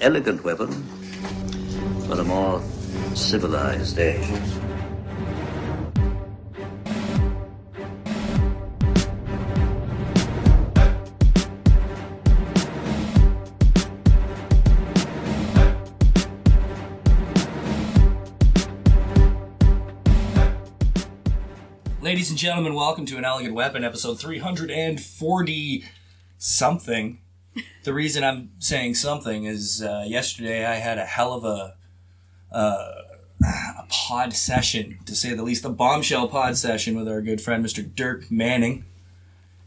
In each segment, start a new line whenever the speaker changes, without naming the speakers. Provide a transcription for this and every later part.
elegant weapon for the more civilized age.
Ladies and gentlemen, welcome to An Elegant Weapon, episode 340 something. The reason I'm saying something is uh, yesterday I had a hell of a, uh, a pod session, to say the least, a bombshell pod session with our good friend Mr. Dirk Manning.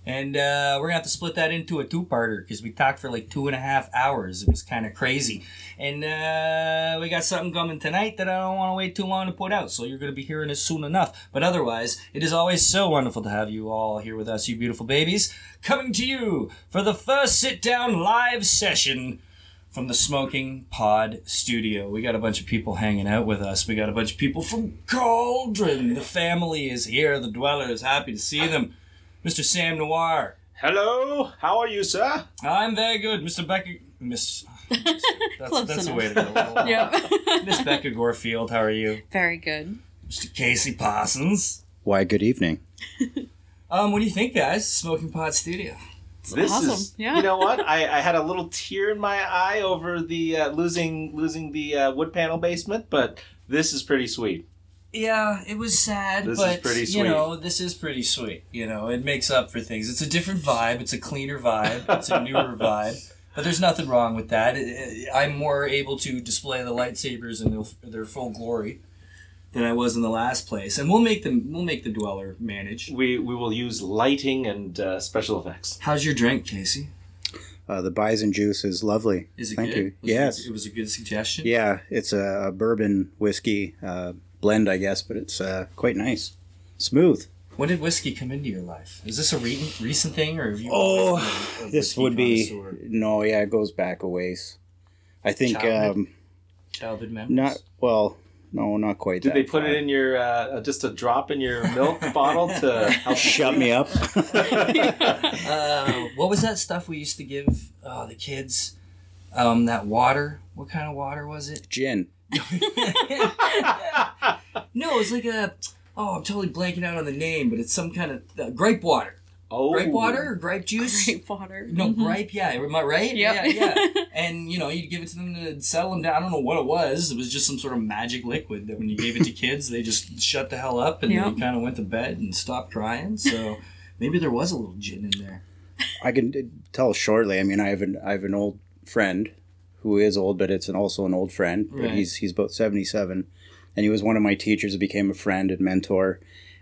And uh, we're going to have to split that into a two parter because we talked for like two and a half hours. It was kind of crazy. And uh, we got something coming tonight that I don't want to wait too long to put out. So you're going to be hearing it soon enough. But otherwise, it is always so wonderful to have you all here with us, you beautiful babies. Coming to you for the first sit down live session from the Smoking Pod Studio. We got a bunch of people hanging out with us. We got a bunch of people from Cauldron. The family is here, the dwellers. Happy to see them. Mr. Sam Noir.
Hello, how are you, sir?
I'm very good. Mr. Becker. Miss. ah, That's,
Close
that's the
enough.
way to go.
Yep.
Miss Becca Gorefield, how are you?
Very good.
Mr. Casey Parsons.
Why, good evening.
Um, what do you think, guys? Smoking Pot Studio.
this is,
awesome, yeah.
you know what? I, I had a little tear in my eye over the uh, losing losing the uh, wood panel basement, but this is pretty sweet.
Yeah, it was sad,
This is
but
pretty
you
sweet.
know, this is pretty sweet. You know, it makes up for things. It's a different vibe. It's a cleaner vibe. It's a newer vibe. But there's nothing wrong with that. I- I- I'm more able to display the lightsabers in their- their full glory than I was in the last place, and we'll make them. We'll make the dweller manage.
We we will use lighting and uh, special effects.
How's your drink, Casey?
Uh, the bison juice is lovely.
Is it
Thank
good?
you.
Was
yes.
It, it was a good suggestion.
Yeah, it's a, a bourbon whiskey uh, blend, I guess, but it's uh, quite nice. Smooth.
When did whiskey come into your life? Is this a re- recent thing, or have you?
Oh,
a- a
This
whiskey
would be.
connoisseur?
No, yeah, it goes back a ways. I think
Childhood?
um,
childhood memories.
not, well, no, not quite
Did
that
they put
far.
it in your uh, just a drop in your milk bottle to help?
Shut me up.
Uh, what was that stuff we used to give uh, the kids? Um, that water. What kind of water was it?
Gin.
No, it was like a. Oh, I'm totally blanking out on the name, but it's some kind of uh, grape water.
Oh,
Grape water or grape juice?
Great water.
No,
Mhm.
grape. Yeah, am I right?
Yep.
Yeah, yeah. And you know, you'd give it to them to settle them down. I don't know what it was. It was just some sort of magic liquid that when you gave it to kids, they just shut the hell up and
Yep.
they kind of went to bed and stopped crying. So maybe there was a little gin in there.
I can d- tell shortly. I mean, I have an I have an old friend who is old, but it's an, also an old friend. But
Right.
he's he's about seventy seven, and he was one of my teachers. Became a friend and mentor,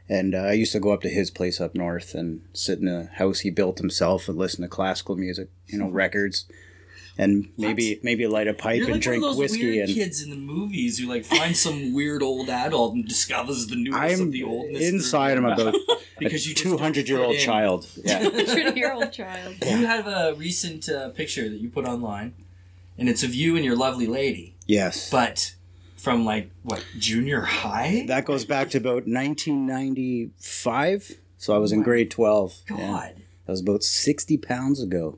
and uh, I used to go up to his place up north and sit in a house he built himself and listen to classical music, you know, records, and maybe maybe light a pipe
Hmm. You're
and
like
drink
one of those
whiskey
weird
and.
kids in the movies who like find some weird old adult and discovers the newness
I'm
of the oldness through-
inside. I'm about
Because you
a
just don't
two hundred year old
fit in.
child. Yeah.
Two-year-old child.
You have a recent uh, picture that you put online, and it's of you and your lovely lady,
yes.
but from like what junior high?
that goes back to about 1995. So I was in grade 12.
God.
Yeah. That was about 60 pounds ago.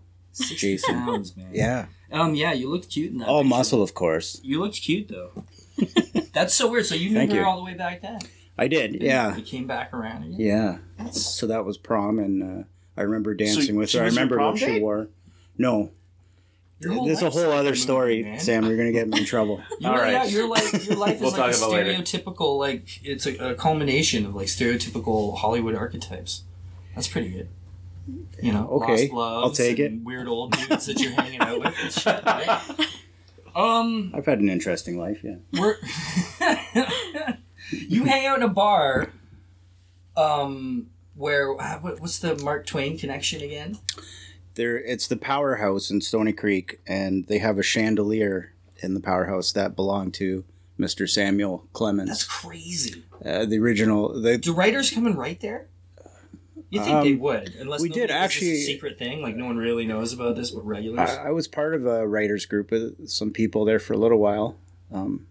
Jason.
pounds, man.
Yeah.
Um. Yeah, you looked cute in that.
All
picture.
muscle, of course.
You looked cute though. That's so weird. So you knew
Thank
her
you.
all the way back then.
I did. Yeah.
You came back around again.
Yeah.
That's
So that was prom, and uh, I remember dancing with
she
her. I
was your
remember
prom
what she
date?
wore. No,
your whole
there's a
life's
whole
like a
other
movie,
story,
man.
Sam. You're gonna get me in trouble.
You
All
really
right.
are- your life, your life
We'll
is like a
talk about it later.
stereotypical, like it's a, a culmination of like stereotypical Hollywood archetypes. That's pretty good. You know,
Okay,
lost loves
I'll take
and Weird old dudes that you're hanging out with. And shit, right? Um,
I've had an interesting life. Yeah.
we're you hang out in a bar, um, where ah, what, what's the Mark Twain connection again?
There, it's the powerhouse in Stony Creek, and they have a chandelier in the powerhouse that belonged to Mr. Samuel
That's
Clemens,
crazy.
uh, the original. The,
Do writers come and write there? You think they would? Unless
Um, we
nobody-
did
is this a
actually- Uh,
secret thing, like no one really knows about this, but regulars.
I, I was part of a writers group with some people there for a little while. Um,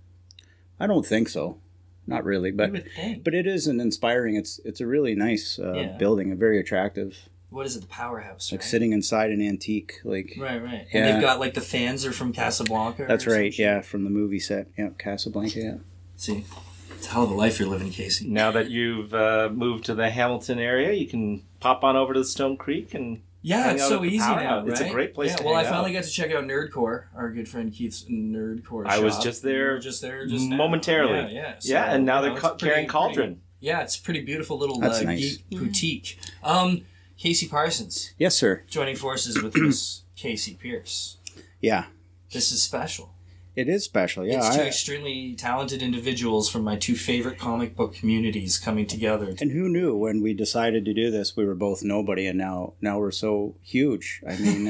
I don't think so, not really,
You
but
would think.
but it is an inspiring. It's it's a really nice uh,
Yeah.
building, a very attractive.
what is it, the powerhouse?
like
right?
sitting inside an antique. Like
Right, right. And
Yeah.
they've got like the fans are from Casablanca. or
that's
some
right.
shit.
Yeah, from the movie set. Yeah, Casablanca. Yeah.
See, it's a hell of a life you're living, Casey.
Now that you've uh, moved to the Hamilton area, you can pop on over to the Stone Creek and
Yeah,
Hang
it's
out
so
at the
easy
power
now.
house. It's a
right?
great place
Yeah,
to
well,
hang
I finally got to check out Nerdcore, our good friend Keith's Nerdcore.
I was
shop.
just there
We were just there, just now.
momentarily.
Yeah, yeah.
yeah,
So,
and now
you
they're
know, it's
ca-
pretty-
carrying Cauldron.
pretty- yeah, it's a pretty beautiful little
That's
uh,
nice. Mm-hmm.
geek boutique. Um, Casey Parsons
Yes, sir.
joining forces with Miss Casey Pierce.
Yeah,
This is special.
it is special. Yeah,
it's two
I-
extremely talented individuals from my two favorite comic book communities coming together.
And who knew when we decided to do this, we were both nobody, and now now we're so huge. I mean,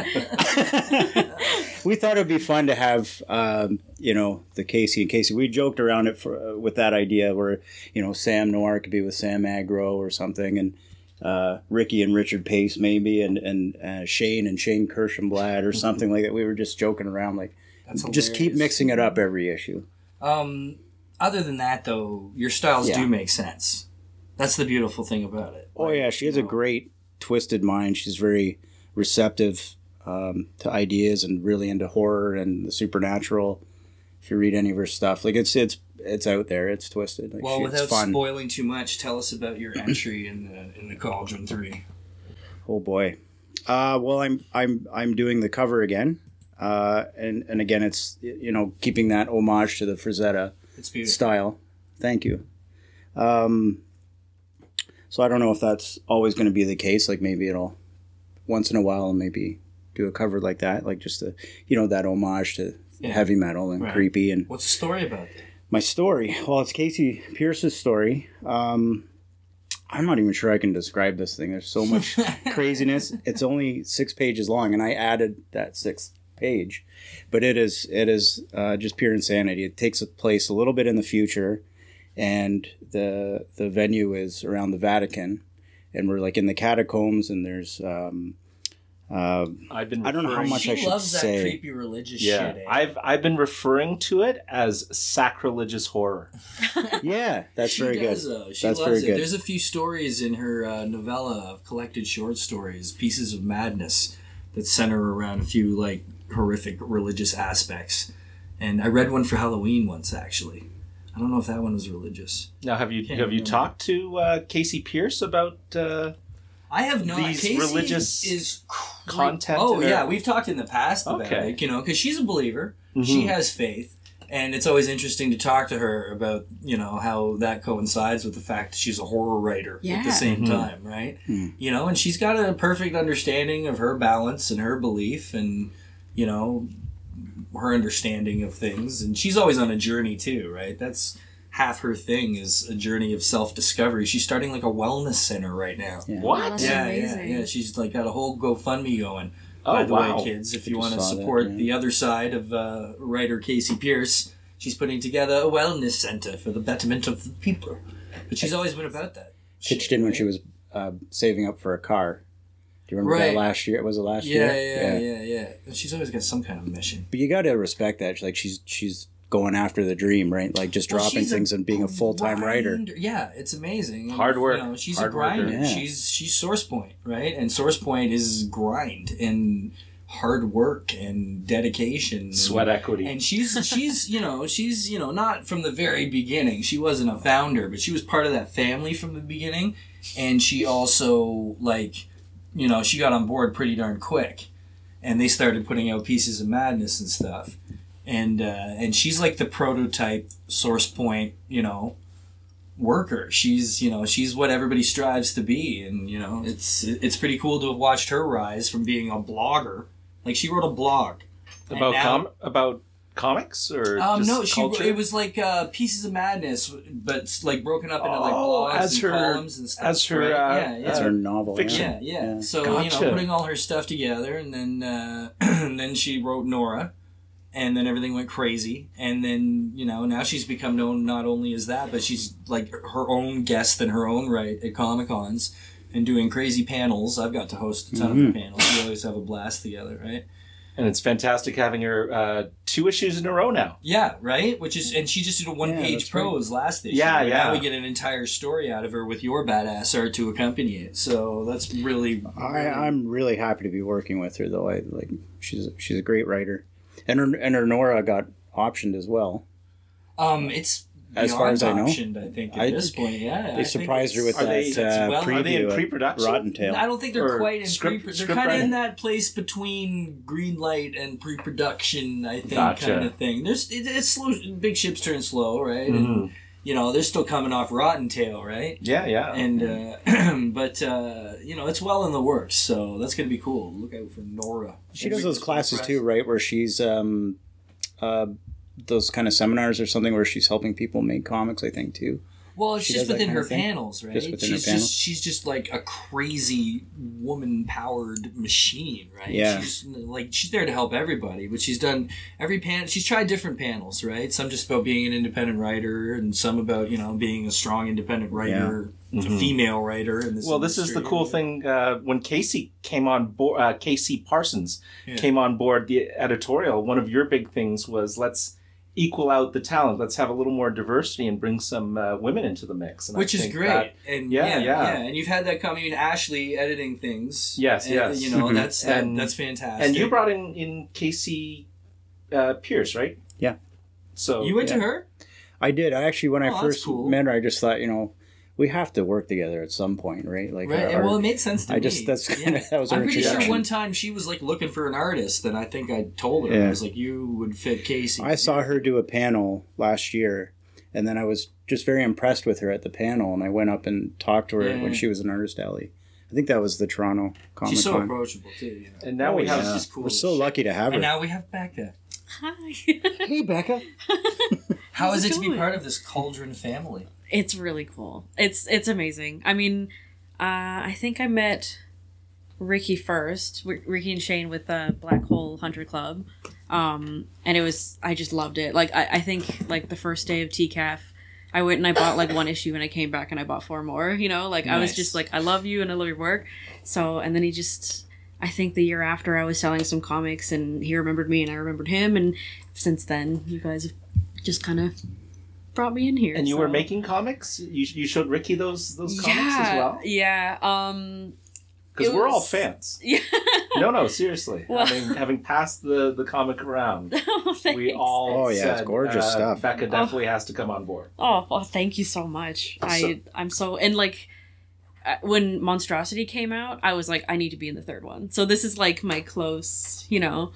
uh, we thought it'd be fun to have um, you know the Casey and Casey. We joked around it for, uh, with that idea where you know Sam Noir could be with Sam Agro or something, and uh, Ricky and Richard Pace maybe, and and uh, Shane and Shane Kirschenblad or something like that. We were just joking around, like
That's
just keep
hilarious.
mixing it up every issue.
Um, other than that, though, your styles
Yeah.
do make sense. That's the beautiful thing about it.
Oh
Like,
yeah, she has a
you know,
great twisted mind. She's very receptive um, to ideas and really into horror and the supernatural. If you read any of her stuff, like it's it's it's out there. It's twisted. Like
Well,
she,
without
it's fun.
spoiling too much, tell us about your entry in the in the Cauldron Three.
oh boy. Uh, well, I'm I'm I'm doing the cover again, uh, and and again it's you know keeping that homage to the Frazetta.
It's beautiful.
style. Thank you. Um, so I don't know if that's always going to be the case. Like maybe it'll once in a while maybe do a cover like that, like just a you know that homage to
Yeah.
heavy metal and
Right.
creepy and
What's the story about that?
my story. Well, it's Casey Pierce's story. Um, I'm not even sure I can describe this thing. There's so much craziness. It's only six pages long, and I added that sixth page, but it is it is uh, just pure insanity. It takes place a little bit in the future, and the the venue is around the Vatican, and we're like in the catacombs, and there's um, uh,
I've been
I don't know how
referring-
much I
She
should
loves that
say.
creepy religious
Yeah,
shit. eh?
I've I've been referring to it as sacrilegious horror.
yeah, that's
she
very
does,
good.
Though. She
That's
loves
very
it.
good.
There's a few stories in her uh, novella of collected short stories, pieces of madness, that center around a few like horrific religious aspects. And I read one for Halloween once, actually. I don't know if that one was religious.
Now, have you
Can't
have you
remember.
talked to uh, Casey Pierce about uh,
I have not.
These
Casey
religious
is cre-
content
Oh
in her-
yeah, we've talked in the past about
Okay.
it, you know, because she's a believer.
Mm-hmm.
She has faith, and it's always interesting to talk to her about you know how that coincides with the fact that she's a horror writer at
Yeah.
the same time, right? You know, and she's got a perfect understanding of her balance and her belief, and you know her understanding of things and she's always on a journey too right that's half her thing is a journey of self-discovery she's starting like a wellness center right now
what?
That's
yeah,
amazing.
yeah, yeah. She's like got a whole GoFundMe going.
Oh,
By the
wow.
way, kids, if you
just
want to
saw that,
support
yeah.
the other side of uh, writer Casey Pierce, she's putting together a wellness center for the betterment of the people. But she's always been about that.
Pitched in when she was uh, saving up for a car. Do you remember
Right.
that last year? Was it last
Yeah,
year?
yeah, yeah, yeah, yeah. She's always got some kind of mission.
But you got to respect that. She's Like she's she's going after the dream, right? Like just
Well,
dropping
she's a
things and being a full time writer.
grinder. Yeah, it's amazing. And,
Hard work.
You know, she's a
Hard
grinder.
worker. Yeah.
She's she's source point, right? And source point is grind and hard work and dedication. and-
Sweat equity.
and she's she's you know she's you know not from the very beginning she wasn't a founder but she was part of that family from the beginning and she also like you know she got on board pretty darn quick and they started putting out pieces of madness and stuff and uh, and she's like the prototype source point you know worker she's you know she's what everybody strives to be and you know it's it's pretty cool to have watched her rise from being a blogger like she wrote a blog And
about
now-
com- about comics or
um,
just
no, she
culture?
it was like uh, pieces of madness, but it's, like broken up into like
Oh,
blogs
as
and
her-
columns and stuff.
as her,
right?
uh,
yeah, yeah.
That's
uh,
her novel. yeah.
fiction.
yeah, yeah,
Yeah.
So you
Gotcha.
know, putting all her stuff together, and then uh, and then she wrote Nora, and then everything went crazy, and then you know now she's become known not only as that, but she's like her own guest in her own right at comic cons,
Mm-hmm.
and doing crazy panels. I've got to host a ton of the panels. We always have a blast together, right?
and it's fantastic having her uh, two issues in a row now.
Yeah, right. Which is, and she just did a one-page
that's right.
prose last issue.
Yeah,
and
yeah.
Now we get an entire story out of her with your badass art to accompany it. So that's really.
I, I'm really happy to be working with her, though. I like she's she's a great writer, and her and her Nora got optioned as well.
Um, it's
As far
beyond
as I know.
optioned, I think at
I-
this point, yeah.
They
I think
surprised her with
it's-
Are they-
that uh,
well-
preview
are
they in
at
pre-production?
Rotten Tail.
I don't think
or
they're quite in
script-
pre. They're
script
kind of
writing?
in that place between green light and pre-production. I think
Gotcha.
kind of thing. There's it, it's slow. Big ships turn slow, right?
Mm-hmm.
And,
Mhm.
you know they're still coming off Rotten Tail, right?
Yeah, yeah.
and uh, but uh, you know it's well in the works, so that's gonna be cool. Look out for Nora.
She does those classes too, right? Where she's um, uh, those kind of seminars or something where she's helping people make comics. I think too.
Well, it's
She
just
does that
within
kind
her
of thing?
panels, right?
Just within her
she's
panel?
just she's just like a crazy woman-powered machine, right?
Yeah.
She's like she's there to help everybody, but she's done every panel. She's tried different panels, right? Some just about being an independent writer, and some about you know being a strong independent writer,
Mm-hmm.
a
Mm-hmm.
female writer. In this
well, this is the
industry.
cool thing uh, when Casey came on board. Uh, Casey Parsons
Yeah.
came on board the editorial. One of your big things was let's equal out the talent. Let's have a little more diversity and bring some uh, women into the mix. And I
which is
think
great
that-
and
yeah,
yeah, yeah
yeah.
and you've had that coming in ashley editing things
Yes,
and,
yes.
you know
Mhm.
that's that,
And-
that's fantastic
and you brought in in Casey uh, Pierce, right?
Yeah.
So
you went to her
I did. I actually, when
Oh,
I
that's
first
cool.
met her, I just thought, you know, we have to work together at some point, right? Like,
right
our-
and well it made sense to
I
me
just- that's kinda- that was
i'm
our
pretty sure
introduction.
one time she was like looking for an artist and i think i told her i
Yeah.
was like you would fit casey
I saw her do a panel last year, and then I was just very impressed with her at the panel, and I went up and talked to her
Yeah.
when she was in Artist Alley. I think that was the Toronto Comic
Mm. she's so
Con.
approachable too you know?
and now we have
yeah.
she's cool
We're
as
so
shit.
lucky to have her.
and now we have becca
Hi.
hey, Becca.
how
How's
is
it
it to be
going?
part of this cauldron family
it's really cool. It's it's amazing. I mean, uh, I think I met Ricky first, R- Ricky and Shane with the Black Hole Hunter Club, um, and it was I just loved it. Like I, I think like the first day of TCAF, I went and I bought like one issue and I came back and I bought four more. You know, like I was
Nice.
just like I love you and I love your work. So and then he just. I think the year after I was selling some comics and he remembered me and I remembered him and since then you guys have just kind of brought me in here.
and you were
so-
making comics. You, you showed Ricky those those comics
yeah,
as well
Yeah. Um
because
It
we're all
was-
fans.
yeah.
No, no, seriously.
Well-
having, having passed the the comic around, we
Thanks.
all
Oh, yeah, it's
said,
gorgeous
uh,
stuff.
Oh.
Becca definitely has to come on board.
Oh, well, thank you so much. I I'm so and like uh, when Monstrosity came out, I was like I need to be in the third one. So this is like my close, you know,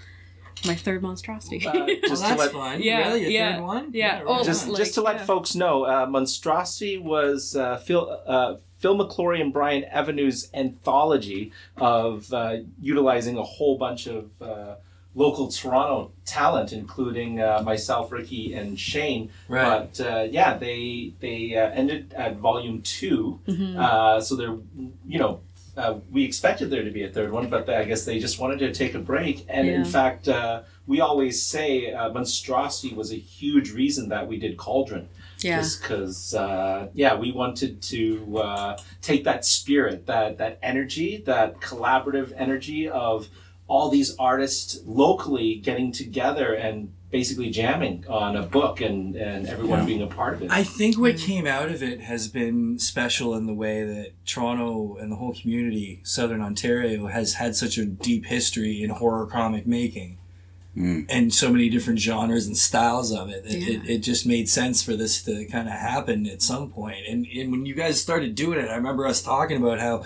my third Monstrosity.
Uh,
well,
just to
that's
let
fun
Yeah,
really your
yeah,
third one
yeah.
right
Oh,
just
on.
like-
just to let
yeah.
folks know, uh, Monstrosity was uh, Phil uh, Phil McClory and Brian Evanew's anthology of uh, utilizing a whole bunch of uh, local Toronto talent, including uh, myself, Ricky, and Shane.
right
But uh, yeah, they they uh, ended at volume 2
Mhm.
uh, so they're you know. Uh, we expected there to be a third one, but I guess they just wanted to take a break. And in
Yeah.
fact, uh, we always say uh, monstrosity was a huge reason that we did Cauldron
yeah.
because uh, yeah, we wanted to uh, take that spirit, that that energy, that collaborative energy of all these artists locally getting together and basically jamming on a book and and everyone being a part of it.
I think what came out of it has been special in the way that Toronto and the whole community, Southern Ontario, has had such a deep history in horror comic making
Mm.
and so many different genres and styles of it. It,
Yeah.
it. it just made sense for this to kind of happen at some point. And, and when you guys started doing it, I remember us talking about how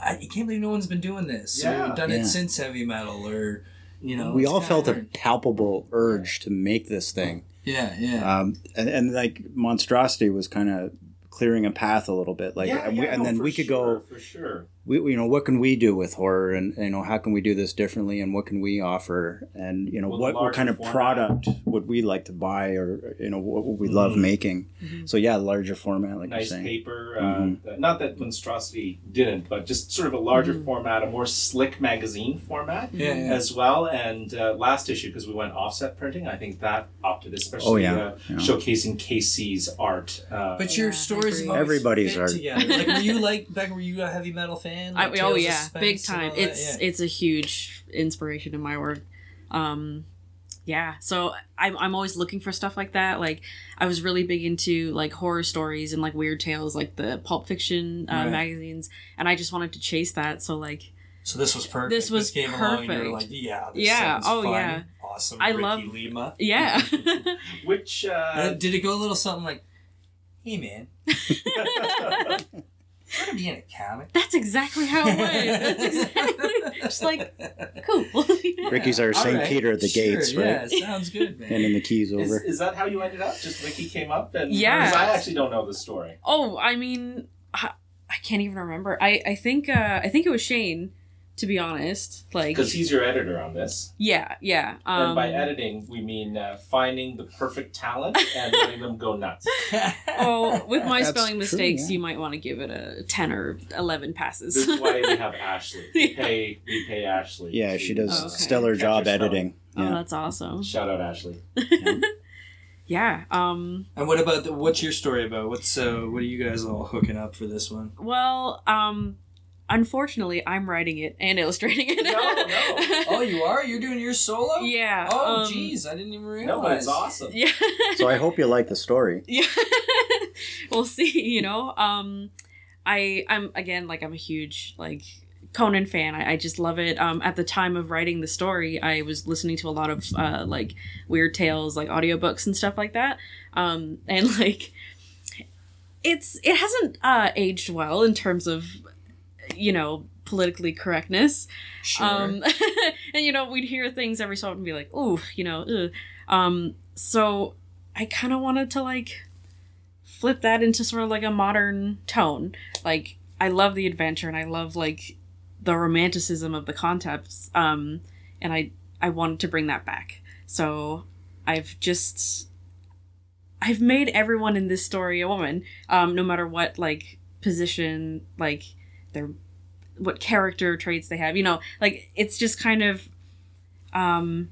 I I can't believe no one's been doing this
Yeah.
or done
Yeah.
it since heavy metal or, you know.
We
it's
all
kinda
felt a
weird.
palpable urge to make this thing.
Yeah, yeah.
Um, and, and like monstrosity was kind of clearing a path a little bit like
Yeah,
and, we,
yeah,
and
no,
then
for
we could
sure,
go
for sure.
we, you know what can we do with horror and you know how can we do this differently and what can we offer and you know
Well, the
what, what
larger
kind of
format.
product would we like to buy or you know what would we love
Mhm.
making
Mm-hmm.
so yeah larger format like
nice
you're saying
paper.
Mhm.
Uh, that- not that monstrosity didn't, but just sort of a larger format, a more slick magazine format.
Mm-hmm. yeah, yeah.
as well. And uh, last issue, because we went offset printing, I think that opted especially
Oh, yeah.
uh,
Yeah.
showcasing Casey's art. Uh,
But your
Oh, Yeah, I
stories
agree.
have always
Everybody's
fit
art.
together. Like, were you like Becca? Were you a heavy metal fan?
I,
Like,
oh
Tales of
yeah,
Suspense
big
and
time.
all that?
It's
Yeah.
it's a huge inspiration in my work. um yeah so I'm, I'm always looking for stuff like that like i was really big into like horror stories and like weird tales like the pulp fiction uh,
Right.
magazines and i just wanted to chase that so like
So this was perfect.
This was
came along and you were like,
perfect.
yeah, this
Yeah,
sounds
oh,
fun,
yeah.
awesome.
I
Ricky
love-
Lima.
yeah
Which
Uh,
uh,
did it go a little something like, "Hey man, you want to be in a comic?"
that's exactly how it went that's exactly just like cool
Ricky's our
All
St.
right,
Peter at the
sure,
gates, right?
Yeah, sounds good, man.
Handing the keys
is,
over.
is that how you ended up? Just Ricky came up and
Yeah.
'cause I actually don't know the story.
Oh, I mean, I, I can't even remember. I I think uh, I think it was Shane, to be honest. Like,
Because he's your editor on this.
yeah, yeah.
and
Um,
by editing, we mean uh, finding the perfect talent and letting them go nuts.
oh, with my
That's
spelling
true,
mistakes,
yeah.
you might want to give it a ten or eleven passes.
This is why we have Ashley. We pay, we pay Ashley.
Yeah, she does
Oh, okay.
stellar
catch
job
herself.
editing.
oh,
Yeah.
that's awesome.
Shout out Ashley.
Yeah. Um.
and what about the, what's your story about? What's uh, what are you guys all hooking up for this one?
Well. Um. Unfortunately, I'm writing it and illustrating it.
No, no.
Oh, you are? You're doing your solo?
yeah.
Oh,
um,
jeez, I didn't even realize.
No, but it's awesome.
Yeah.
so I hope you like the story.
yeah we'll see you know um i i'm again like i'm a huge like conan fan I, I just love it um at the time of writing the story i was listening to a lot of uh like weird tales like audiobooks and stuff like that um and like it's it hasn't uh aged well in terms of you know politically correctness
Sure.
um, and you know, we'd hear things every so often and be like, "Ooh," you know. Ugh. Um, so I kind of wanted to like flip that into sort of like a modern tone. Like I love the adventure and I love like the romanticism of the concepts. Um, and I I wanted to bring that back. So I've just I've made everyone in this story a woman, um, no matter what like position, like their what character traits they have. You know, like it's just kind of um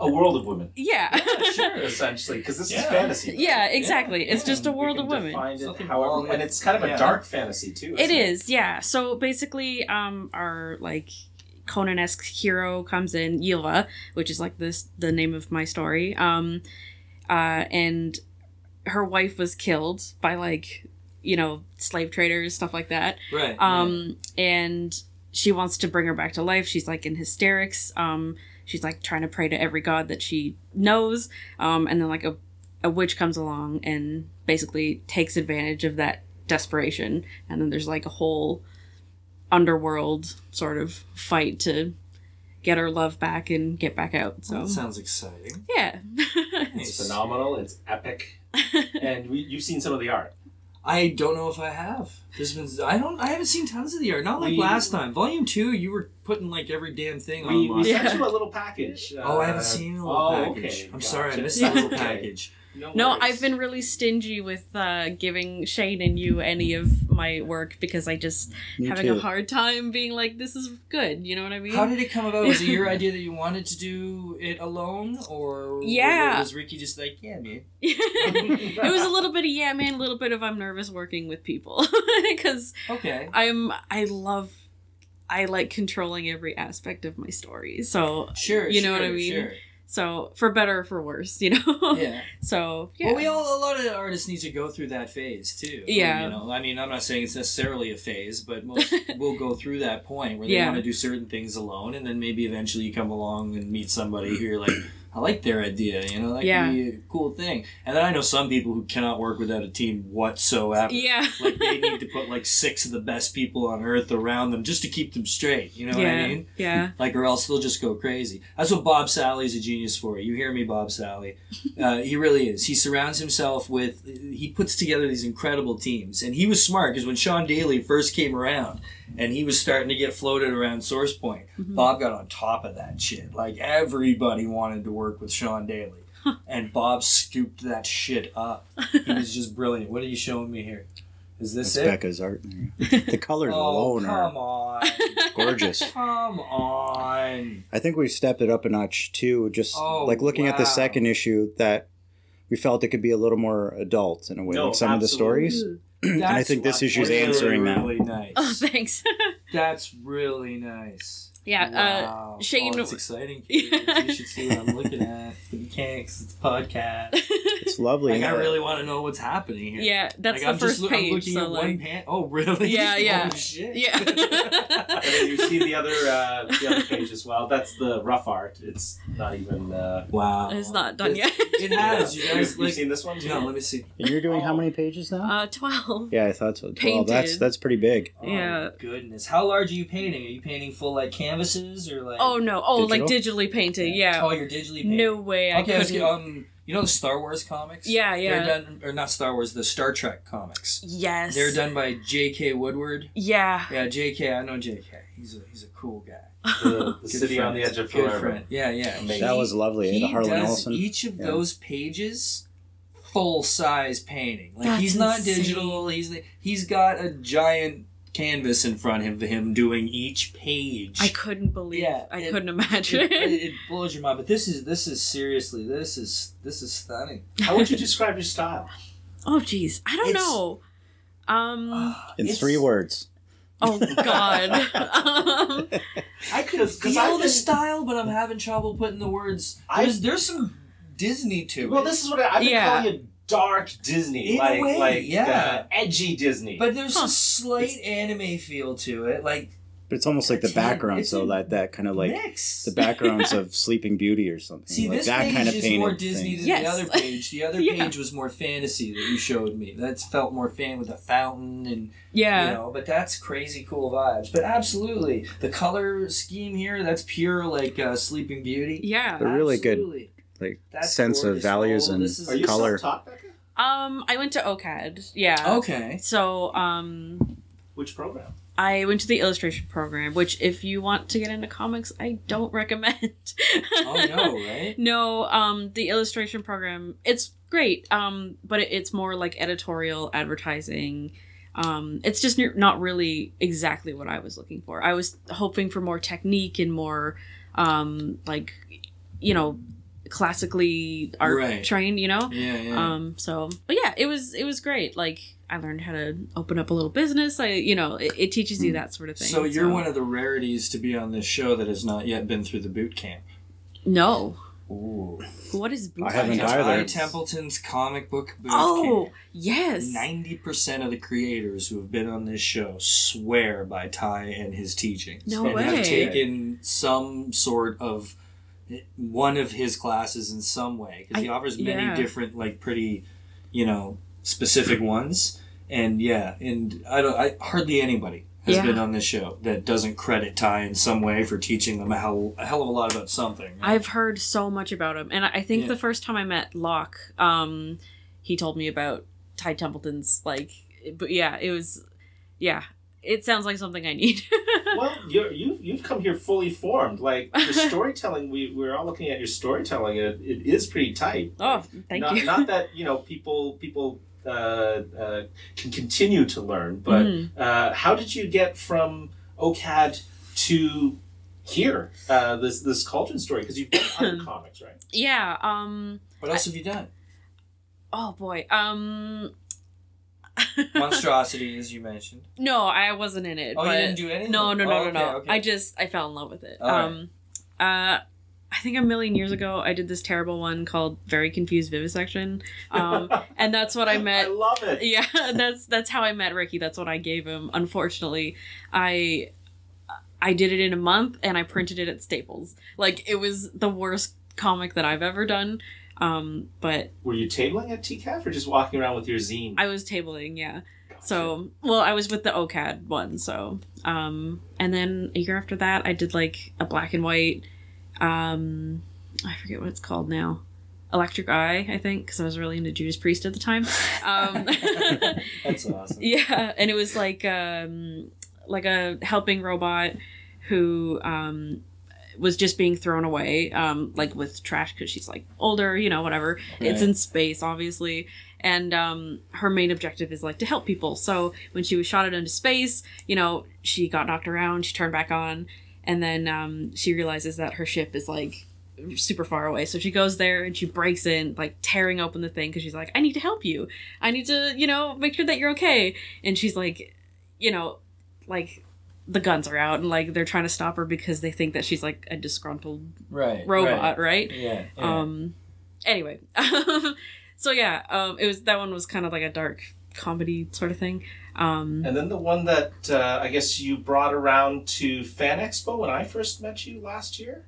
A world of women.
yeah.
Sure, essentially, because this is
Yeah.
fantasy. right?
yeah, exactly. it's
yeah,
just a world
we
of
can
women.
define it
Something
however-
wrong with-
and it's kind of a
yeah.
dark fantasy too.
It
isn't
is, yeah. So basically, um, our like Conan esque hero comes in, Yilva, which is like this the name of my story. Um, uh, and her wife was killed by like you know slave traders stuff like that.
right.
Um, and she wants to bring her back to life. She's like in hysterics. Um, she's like trying to pray to every god that she knows. Um, and then like a, a witch comes along and basically takes advantage of that desperation. And then there's like a whole underworld sort of fight to get her love back and get back out.
yeah.
So
that sounds exciting.
yeah,
It's phenomenal. It's epic, and we, you've seen some of the art.
I don't know if I have. There's been I don't I haven't seen tons of the art. Not like
We-
last time. Volume two, you were putting like every damn thing
We,
online.
we
Yeah.
sent you a little package.
Oh, I haven't
uh,
seen the little
oh,
package.
okay,
I'm sorry, I
gotcha.
missed the little
Okay.
package.
No,
worries.
I've been really stingy with uh, giving Shane and you any of my work because I just
Me
having
too.
a hard time being like, this is good. You know what I mean?
How did it come about? Was it your idea that you wanted to do it alone, or
Yeah.
was Ricky just like, yeah, man?
it was a little bit of yeah, man, a little bit of I'm nervous working with people because
Okay,
I'm I love I like controlling every aspect of my story. So
sure.
You know what I
sure,
mean?
Sure.
so for better or for worse, you know.
Yeah.
So yeah.
Well, we all a lot of artists need to go through that phase too.
Yeah.
You know, I mean, I'm not saying it's necessarily a phase, but most will go through that point where they
Yeah.
want to do certain things alone, and then maybe eventually you come along and meet somebody who you're like, I like their idea. You know, that
Yeah.
could be a cool thing. And then I know some people who cannot work without a team whatsoever.
yeah.
like they need to put like six of the best people on earth around them just to keep them straight. You know what
yeah.
I mean?
Yeah.
Like, or else they'll just go crazy. That's what Bob Sally's a genius for. You hear me, Bob Sally? Uh, he really is. He surrounds himself with. He puts together these incredible teams, and he was smart because when Sean Daly first came around, and he was starting to get floated around Source Point, Bob got on top of that shit. Like everybody wanted to work with Sean Daly. And Bob scooped that shit up. He was just brilliant. What are you showing me here? Is this
That's
it?
Becca's art. The colors
Oh,
alone
come
are
on.
gorgeous.
Come on.
I think we've stepped it up a notch too. Just
Oh,
like looking at the
wow.
second issue, that we felt it could be a little more adult in a way,
No,
like some of the
absolutely.
stories. and I think this
That's
issu's
really,
answering that.
really nice.
Oh, thanks.
That's really nice.
Yeah,
Wow.
uh, Shane.
Oh, it's exciting. kids. you should see what I'm looking at. But you can't 'cause it's a podcast.
It's lovely.
Like, I
isn't it?
really want to know what's happening here.
yeah,
Like,
that's the
I'm just
first
loo- I'm
page.
looking
So
at one
like,
pan- oh, really?
Yeah, yeah.
Oh, shit.
yeah.
And then you see the other uh, the other page as well. That's the rough art. It's not even. Uh,
wow.
It's not done
This-
yet.
It has. You
You've-
guys
you've
like?
seen this one? Too?
No, let me see.
And you're doing how
Oh.
many pages now?
Uh, twelve.
yeah, I thought so. Well, that's
painted.
that's pretty big.
Oh,
Yeah.
Goodness, how large are you painting? Are you painting full like canvases or like?
Oh no! Oh, like digitally painted. Yeah.
Oh, you're digitally painting.
No way. I
Okay, I was,
couldn't.
um, you know the Star Wars comics?
yeah, yeah.
They're done, or not Star Wars, the Star Trek comics.
Yes.
They're done by J.K. Woodward.
Yeah.
Yeah, J.K. I know J.K. He's a he's a cool guy.
The, the
Good
city on the
friend.
edge of
Good
forever.
friend. Yeah, yeah.
Amazing.
That was lovely. eh,
He
the Harlan
does
Ellison.
each of
Yeah.
those pages full size painting. Like
That's
he's not
insane.
digital. He's he's got a giant canvas in front of him doing each page.
I couldn't believe.
Yeah,
I
it-
couldn't
it,
imagine.
it blows your mind, but this is this is seriously this is this is stunning.
How would you describe your style?
oh jeez, I don't
It's-
know. Um.
in
It's-
three words.
Oh god. um,
I could
feel the style, but I'm having trouble putting the words.
I-
There's, there's some Disney to it.
Well, this is what I, I've been
Yeah.
calling it dark Disney,
In a
like
way,
like
yeah.
uh, edgy Disney.
but there's
Huh.
a slight anime feel to it, like
But it's almost like the
It's in-
background,
it's
so
in
that that kind of like
mix.
the backgrounds of Sleeping Beauty or something.
See,
like
this
that
page
kind of
is
painted
more Disney than
thing.
Yes.
the other page. The other
Yeah.
page was more fantasy that you showed me. That's felt more fan with the fountain and you
yeah.
know. But that's crazy cool vibes. But absolutely, the color scheme here that's pure like uh, Sleeping Beauty.
Yeah.
The really good
Absolutely.
like
That's
sense of
gorgeous.
values
Oh,
and
this is-
Are you
color.
self-taught, Becca?
Um. I went to OCAD. Yeah.
Okay.
So um.
Which program?
I went to the illustration program, which if you want to get into comics, I don't recommend.
Oh no, right?
No, um the illustration program, it's great. Um but it, it's more like editorial advertising. Um it's just n- not really exactly what I was looking for. I was hoping for more technique and more um like you know, classically art
Right.
trained, you know?
Yeah, yeah.
Um so but yeah, it was it was great. Like I learned how to open up a little business. I you know, it, it teaches you that sort of thing.
Hmm. So you're one of the rarities to be on this show that has not yet been through the boot camp.
No.
Ooh,
What is boot
I haven't
camp?
either.
Ty Templeton's comic book boot
Oh,
camp.
yes.
Ninety percent of the creators who have been on this show swear by Ty and his teachings,
No
and have
way.
taken some sort of one of his classes in some way because he
I-
offers many
yeah.
different, like pretty, you know, specific ones. And yeah, and I don't, I hardly anybody has
Yeah.
been on this show that doesn't credit Ty in some way for teaching them a hell, a hell of a lot about something.
I've heard so much about him, and I I think
Yeah.
the first time I met Locke, um, he told me about Ty Templeton's like, but yeah, it was, yeah, it sounds like something I need.
Well, you're, you you've come here fully formed. Like your storytelling, we we're all looking at your storytelling. and It, it is pretty tight.
oh, thank
not,
you.
not that you know people people uh, uh, can continue to learn, but
Mhm.
uh, how did you get from OCAD to here? Uh, this this Cauldron story because you've done other comics, right?
yeah. Um.
what else have you done?
Oh boy. Um.
Monstrosity, as you mentioned.
no, I wasn't in it.
Oh,
but
you didn't do anything.
No, no, no,
Oh,
no, no.
okay, okay.
I just I fell in love with it.
All right.
um, uh, I think a million years ago I did this terrible one called "Very Confused Vivisection," um, and that's what I met.
I love it.
yeah, that's that's how I met Ricky. That's what I gave him. Unfortunately, I I did it in a month and I printed it at Staples. Like it was the worst comic that I've ever done. Um, but
Were you tabling at TCAF or just walking around with your zine?
I was tabling, yeah. So, well, I was with the OCAD one, so um and then a year after that I did like a black and white um I forget what it's called now. Electric Eye, I think, because I was really into Judas Priest at the time. Um,
That's awesome.
Yeah, and it was like um like a helping robot who um was just being thrown away um like with trash cuz she's like older, you know, whatever. It's
Right.
in space obviously. And um her main objective is like to help people. So when she was shot out into space, you know, she got knocked around, she turned back on, and then um she realizes that her ship is like super far away. So she goes there and she breaks in, like tearing open the thing because she's like, I need to help you. I need to, you know, make sure that you're okay. And she's like, you know, like the guns are out and like they're trying to stop her because they think that she's like a disgruntled
Right.
robot, right?
Yeah. yeah.
Um anyway. so yeah, um it was that one was kind of like a dark comedy sort of thing. Um
And then the one that uh, I guess you brought around to Fan Expo when I first met you last year.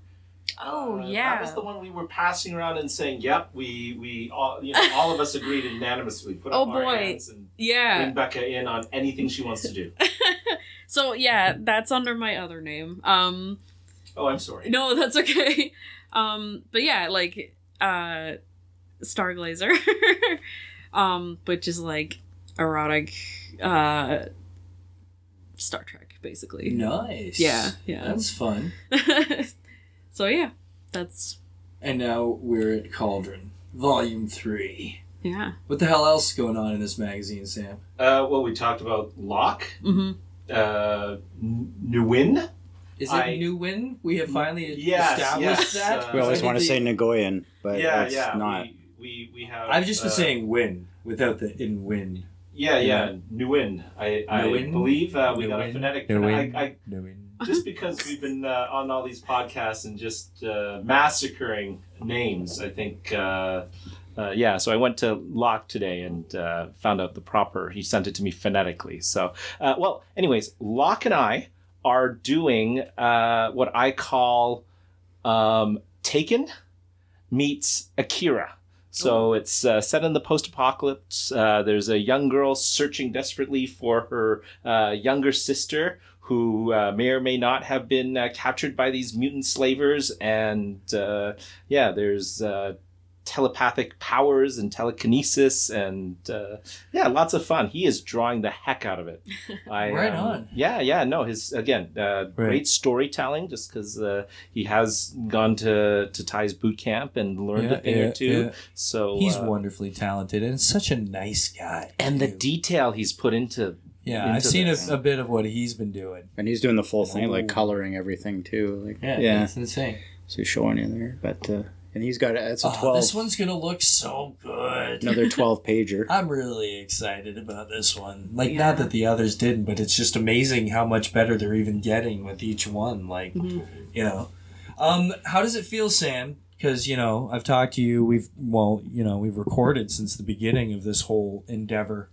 oh
Uh,
yeah.
that was the one we were passing around and saying, "Yep, we we all you know all of us agreed unanimously put
Oh,
up our
boy.
hands and
yeah.
bring Becca in on anything she wants to do."
So yeah, that's under my other name. Um
Oh, I'm sorry.
no, that's okay. Um but yeah, like uh Starglazer. um which is like erotic uh Star Trek basically.
nice.
Yeah, yeah.
That's fun.
so yeah, that's
And now we're at Cauldron, Volume Three.
yeah.
What the hell else is going on in this magazine, Sam?
Uh, well, we talked about Locke,
Mm-hmm.
uh, N- Nguyen.
Is it
I-
New Win? We have finally
Yes, yes,
established that.
uh,
We always
I
want to
think
say
the-
Nagoyan, but
yeah,
it's
yeah.
not.
We, we we have.
I've just been
uh,
saying win without the in win.
Yeah, yeah. Nguyen. I I
Nguyen?
believe uh, we got a
Nguyen?
phonetic.
Nguyen?
I, I
Doing.
just because we've been uh, on all these podcasts and just uh, massacring names, I think. Uh, uh, yeah, so I went to Locke today and uh, found out the proper. He sent it to me phonetically. So, uh, well, anyways, Locke and I are doing uh, what I call um, Taken meets Akira. So it's uh, set in the post-apocalypse. Uh, there's a young girl searching desperately for her uh, younger sister, who uh, may or may not have been uh, captured by these mutant slavers. And uh, yeah, there's uh, telepathic powers and telekinesis, and uh, yeah, lots of fun. He is drawing the heck out of it. I,
Right
um,
on.
Yeah, yeah. No, his again uh, great storytelling. Just because uh, he has gone to to Ty's boot camp and learned a thing or two. So
He's
uh,
wonderfully talented and such a nice guy.
And the
too.
detail he's put into
yeah,
into
I've seen a,
this.
a bit of what he's been doing.
And he's doing the full thing,
Ooh.
like coloring everything too. Like,
Yeah,
yeah,
that's insane.
So he's showing you there, but uh, and he's got a, that's a
Oh,
twelve,
this one's gonna look so good.
another twelve pager.
I'm really excited about this one. Like,
Yeah.
not that the others didn't, but it's just amazing how much better they're even getting with each one. Like, you know, um, how does it feel, Sam? Because you know, I've talked to you. We've well, you know, we've recorded since the beginning of this whole endeavor,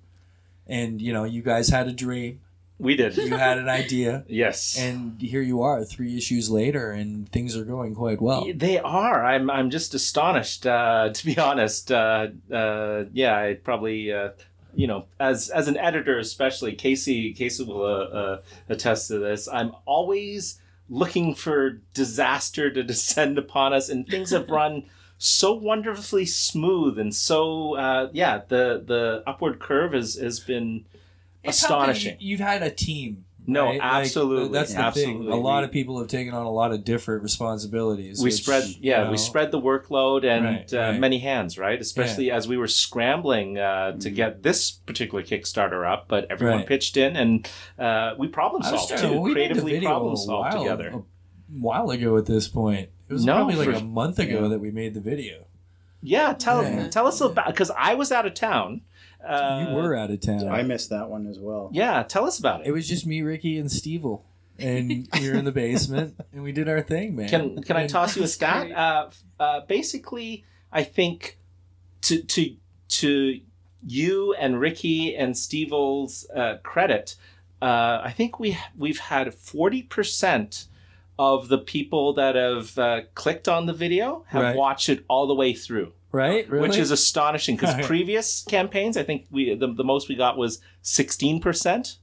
and you know, you guys had a dream,
we did.
you had an idea,
Yes.
and here you are, three issues later, and things are going quite well.
They are. I'm. I'm just astonished. Uh, to be honest. Uh, uh, yeah. I probably. Uh, you know, as as an editor, especially Casey. Casey will uh, uh, attest to this. I'm always looking for disaster to descend upon us, and things have run so wonderfully smooth and so. Uh, yeah. The the upward curve has has been
It's something
astonishing.
you- You've had a team.
No,
right? Like,
absolutely,
that's the
absolutely.
thing. A lot of people have taken on a lot of different responsibilities.
we
which,
spread yeah
you know,
we spread the workload and
Right,
uh,
right.
many hands right especially as we were scrambling uh, to get this particular kickstarter up but everyone
Mm-hmm. Right.
pitched in and uh, we problem
I was
solved
starting-
too
we did the
creatively
video
problem
a
solved
while-
together
A while ago at this point. It was
No,
probably like
for-
a month ago that we made the video.
yeah tell
Yeah.
tell us about because i was out of town uh,
you were out of town.
I missed that one as well.
yeah tell us about it,
it was just me, Ricky, and Stevel. And we were in the basement and we did our thing, man.
can can i
And-
toss you a stat
great.
uh, uh, basically i think to to to you and Ricky and Stevel's uh, credit, uh, I think we we've had forty percent of the people that have uh, clicked on the video have
Right.
watched it all the way through,
Right? Really?
which is astonishing. Because
Right.
previous campaigns, I think we the, the most we got was sixteen percent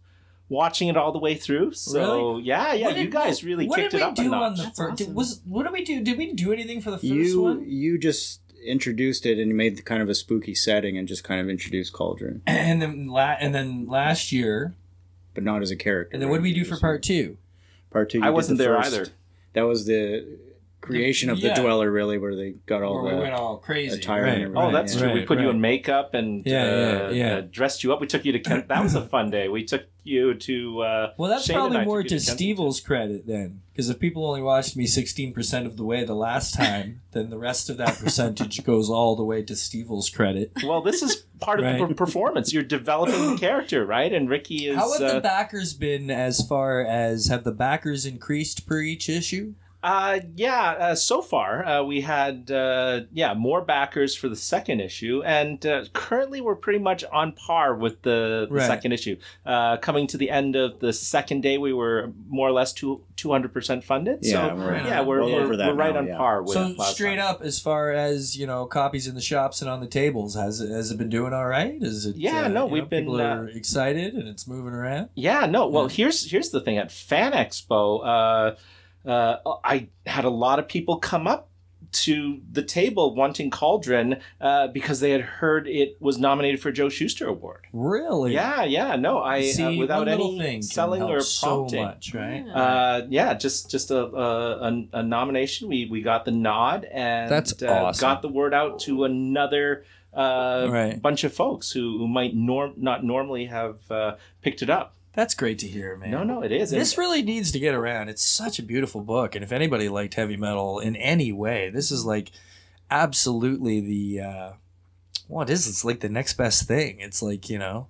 watching it all the way through. So yeah, yeah,
What
you
did-
guys really
what
kicked
did
it
we
up a
do
notch.
on the
That's
first?
awesome.
Was what did we do? Did we do anything for the first
you
one?
you just introduced it and you made kind of a spooky setting and just kind of introduced Cauldron,
And then la- and then last year,
but not as a character.
and then what did
right?
we do for part two?
Part two. you
I
did
wasn't
the
there
first-
either.
That was the creation of the
Yeah.
Dweller, really, where they got all
Where we went
the
all crazy.
attire
right.
and everything.
Oh, that's
yeah.
true. we
Right,
put you
right.
in makeup and
Yeah,
uh,
yeah, yeah.
uh, dressed you up. We took you to Kent. That was a fun day. We took you to. Uh,
Well, that's
Shane and I
probably
took
more
you
to
Kent.
Stevel's credit then, because if people only watched me 16% of the way the last time, then the rest of that percentage goes all the way to Stevel's credit.
Well, this is part of the
Right.
per- performance. You're developing the character, right? And Ricky is.
How have
uh,
the backers been as far as have the backers increased per each issue?
Uh, yeah, uh, so far uh, we had uh, yeah more backers for the second issue, and uh, currently we're pretty much on par with the, the
Right.
second issue. Uh, coming to the end of the second day, we were more or less two two hundred percent funded.
Yeah,
so
we're-
yeah, we're,
we're
we're,
over that
we're right
now,
on
yeah.
par with
So
last
straight
time.
up, as far as you know, copies in the shops and on the tables, has it has it been doing all right? Is it?
Yeah, no,
you
we've
know,
been,
People
uh,
are excited and it's moving around.
Yeah, no. Well,
Yeah.
here's here's the thing at Fan Expo, uh, uh, I had a lot of people come up to the table wanting Cauldron uh, because they had heard it was nominated for a Joe Schuster Award.
Really?
Yeah, yeah. No, I uh,
See,
without
one little
any
thing can
selling
help
or
so
prompting.
much, right?
Yeah.
Uh, yeah, just just a, a, a, a nomination. We we got the nod and
That's
uh,
awesome.
got the word out to another uh,
Right.
bunch of folks who, who might norm not normally have uh, picked it up.
That's great to hear, man.
No, no, it is. And-
This really needs to get around. It's such a beautiful book, and if anybody liked heavy metal in any way, this is like absolutely the uh, what is it? it's like the next best thing. It's like you know,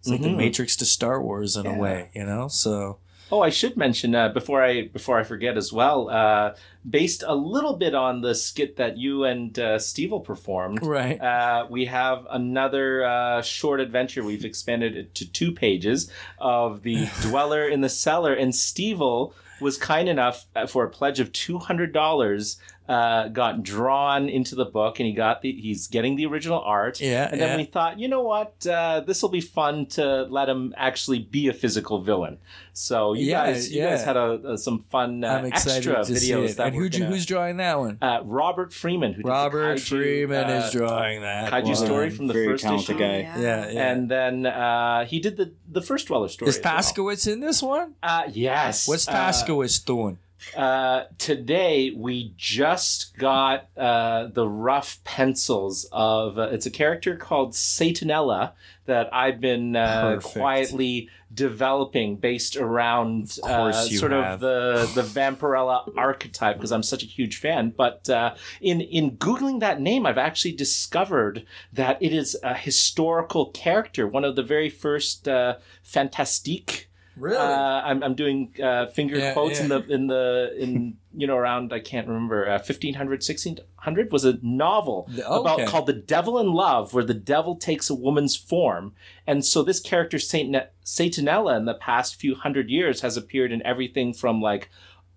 it's like the
Mhm.
Matrix to Star Wars in
Yeah.
a way, you know. So
Oh, I should mention uh, before I before I forget as well. Uh, based a little bit on the skit that you and uh, Steve performed,
right,
uh, we have another uh, short adventure. We've expanded it to two pages of the Dweller in the Cellar, and Stevel was kind enough uh, for a pledge of two hundred dollars. Uh, got drawn into the book, and he got the he's getting the original art.
Yeah,
and then
yeah.
we thought, you know what, uh, this will be fun to let him actually be a physical villain. So you
Yeah,
guys, you
yeah.
guys had a, a, some fun uh,
I'm excited
extra
to see
videos
it.
that
And
we're
who,
gonna-
who's drawing that one?
uh, Robert Freeman, who
Robert
did the kaiju,
Freeman
uh,
is drawing that.
kaiju
one.
story from the
Very
first
talented
issue.
guy.
Yeah, yeah.
And then uh, he did the the first Dweller story.
is
as well.
Paskowitz in this one?
Uh, yes.
What's
Uh,
Paskowitz doing?
Uh, today we just got uh, the rough pencils of uh, it's a character called Satanella that I've been uh,
Perfect.
quietly developing based around
Of course
uh,
you
sort of
have.
the the Vampirella archetype because I'm such a huge fan. But uh, in in googling that name, I've actually discovered that it is a historical character, one of the very first uh, Fantastique
Really?
uh, I'm, I'm doing uh, finger
Yeah,
quotes
yeah.
in the in the in you know around I can't remember uh, 1500 1600 was a novel
The-
about
okay.
called The Devil in Love where the devil takes a woman's form and so this character Saint Satanella in the past few hundred years has appeared in everything from like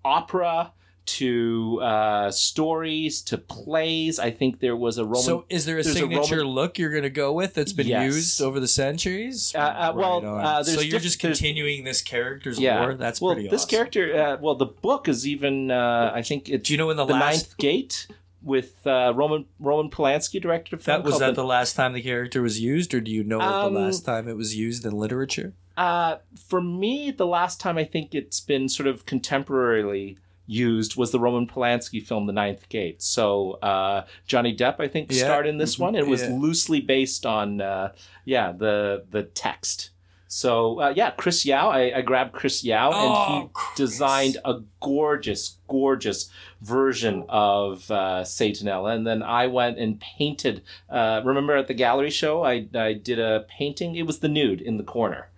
opera to uh, stories to plays I think there was a Roman
so, is there a
there's a
signature
Roman-
look you're going to go with that's been
Yes.
used over the centuries?
Uh, uh, well,
on.
uh, there's
so you're
diff-
just
there's-
continuing this character's
yeah
lore. That's
well
pretty.
this
awesome.
character uh, well the book is even uh, I think it's
Do you know when the,
the
last
Ninth Gate with uh, Roman Roman Polanski directed a film
that was
called
that the last time the character was used, or do you know
Um,
the last time it was used in literature?
uh, for me the last time I think it's been sort of contemporarily used was the Roman Polanski film The Ninth Gate. So uh, Johnny Depp I think
Yeah. Mm-hmm.
starred in this one. It was
Yeah.
loosely based on uh, yeah the the text. So uh, yeah, Chris Yao. I, I grabbed Chris Yao, and
Oh,
he designed a gorgeous, gorgeous version of uh, Satanella. And then I went and painted. Uh, remember at the gallery show, I, I did a painting. It was the nude in the corner,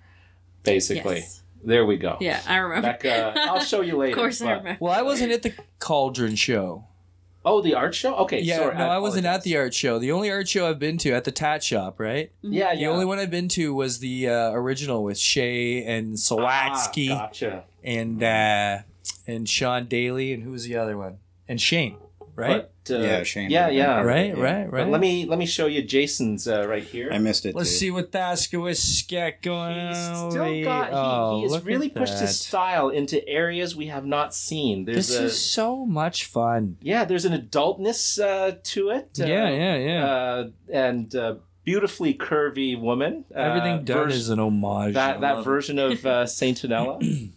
basically.
Yes.
There we go.
Yeah, I remember.
Becca, I'll show you later.
of course, I
but-
remember.
Well, I wasn't at the Cauldron show.
Oh, the art show. Okay,
yeah,
sorry,
no, I, wasn't at
apologize.
the art show. The only art show I've been to at the Tat Shop, right?
Yeah, yeah.
The only one I've been to was the uh, original with Shay and
Ah,
Sawatsky.
gotcha.
and uh and Sean Daly and who was the other one? And Shane, right?
But, uh,
Yeah, Shane.
Yeah, yeah.
right,
yeah.
right,
But
right.
let me let me show you Jason's uh, right here.
I missed it.
Let's
too.
see what Daskowitz got going
He's
on.
still
over
got.
here.
He,
Oh,
he has
look at
really pushed
that.
his style into areas we have not seen. There's
This
a
is so much fun.
yeah. There's an adultness uh, to it. uh,
yeah, yeah, yeah.
Uh, and uh, beautifully curvy woman. Uh,
Everything done
vers-
is an homage. I
that that
love it.
version of uh, Saint Anella.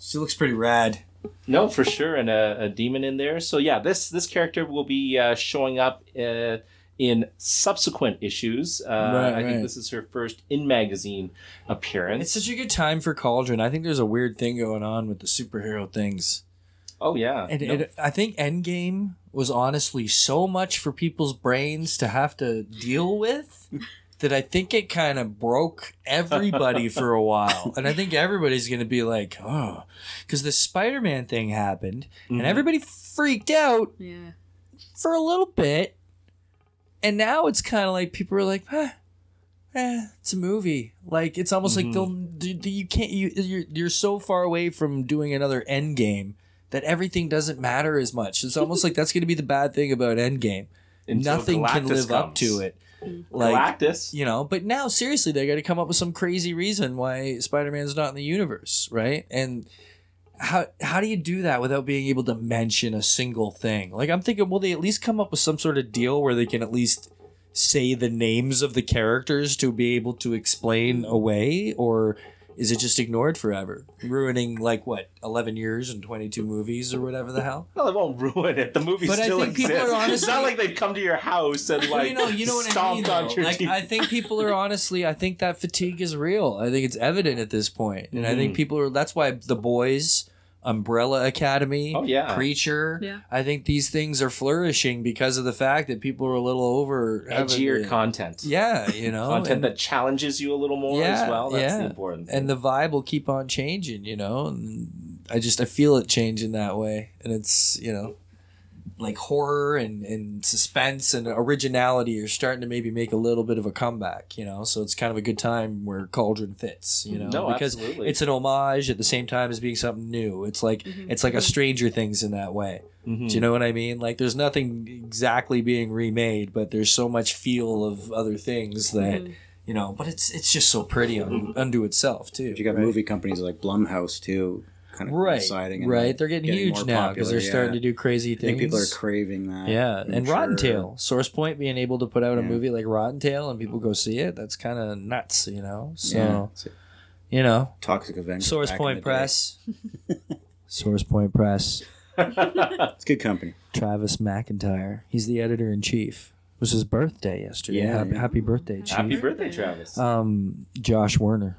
She looks pretty rad.
No, for sure, and a, a demon in there. So yeah, this this character will be uh, showing up uh, in subsequent issues. Uh,
Right,
I
right.
think this is her first in magazine appearance.
It's such a good time for Cauldron. I think there's a weird thing going on with the superhero things.
oh yeah,
And
No,
it, I think Endgame was honestly so much for people's brains to have to deal with that I think it kind of broke everybody for a while. And I think everybody's going to be like, oh, because the Spider Man thing happened
Mhm.
and everybody freaked out
Yeah.
for a little bit. And now it's kind of like people are like, huh. Eh, it's a movie. Like it's almost
Mm-hmm.
like they'll d- d- you can't you you're, you're so far away from doing another end game that everything doesn't matter as much. It's almost like that's going to be the bad thing about Endgame.
until
Nothing can
Galactus
live up
comes.
to it. Like
Galactus.
you know, but now seriously, they got to come up with some crazy reason why Spider-Man's not in the universe, right? And how how do you do that without being able to mention a single thing? Like I'm thinking, will they at least come up with some sort of deal where they can at least say the names of the characters to be able to explain away or is it just ignored forever, ruining like what eleven years and twenty two movies or whatever the hell?
Well, it won't ruin it. The movie
But I
still
think people
exists.
are
It's not
honestly-
like they've come to your house and like
you know, you know what I mean.
stomped
though.
on your
Like,
TV.
I think people are honestly, I think that fatigue is real. I think it's evident at this point, and I
Mm.
think people are. That's why the boys, Umbrella Academy,
Oh, yeah.
Preacher.
Yeah.
I think these things are flourishing because of the fact that people are a little over having
edgier
the-
content.
Yeah, you know,
Content
and-
that challenges you a little more as well. That's the important.
and the vibe will keep on changing, you know. And I just I feel it changing that way, and it's you know, like horror and and suspense and originality are starting to maybe make a little bit of a comeback, you know. So it's kind of a good time where Cauldron fits, you know,
No,
because
absolutely.
it's an homage at the same time as being something new. It's like it's like a Stranger Things in that way.
Mm-hmm.
Do
Hmm.
you know what I mean? Like there's nothing exactly being remade, but there's so much feel of other things that
Mm-hmm. Mm.
you know. But it's it's just so pretty un, unto itself too.
Mm-hmm. You got
right?
movie companies like Blumhouse too, kind of
right,
coinciding. and,
right?
like,
They're getting,
more
huge now because
popular,
they're
yeah.
starting to do crazy
I
things.
think people are craving that.
yeah,
I'm
and Rotten
sure.
Tail, Source Point being able to put out a
Yeah.
movie like Rotten Tail and people go see it. That's kind of nuts, you know.
Yeah,
So
it's a
you know,
toxic event.
Source Point Press, Source Point Press,
It's good company.
Travis McIntyre. He's the editor in chief. It was his birthday yesterday.
Yeah,
happy,
yeah.
happy birthday, chief.
Happy birthday, Travis.
um, Josh Werner.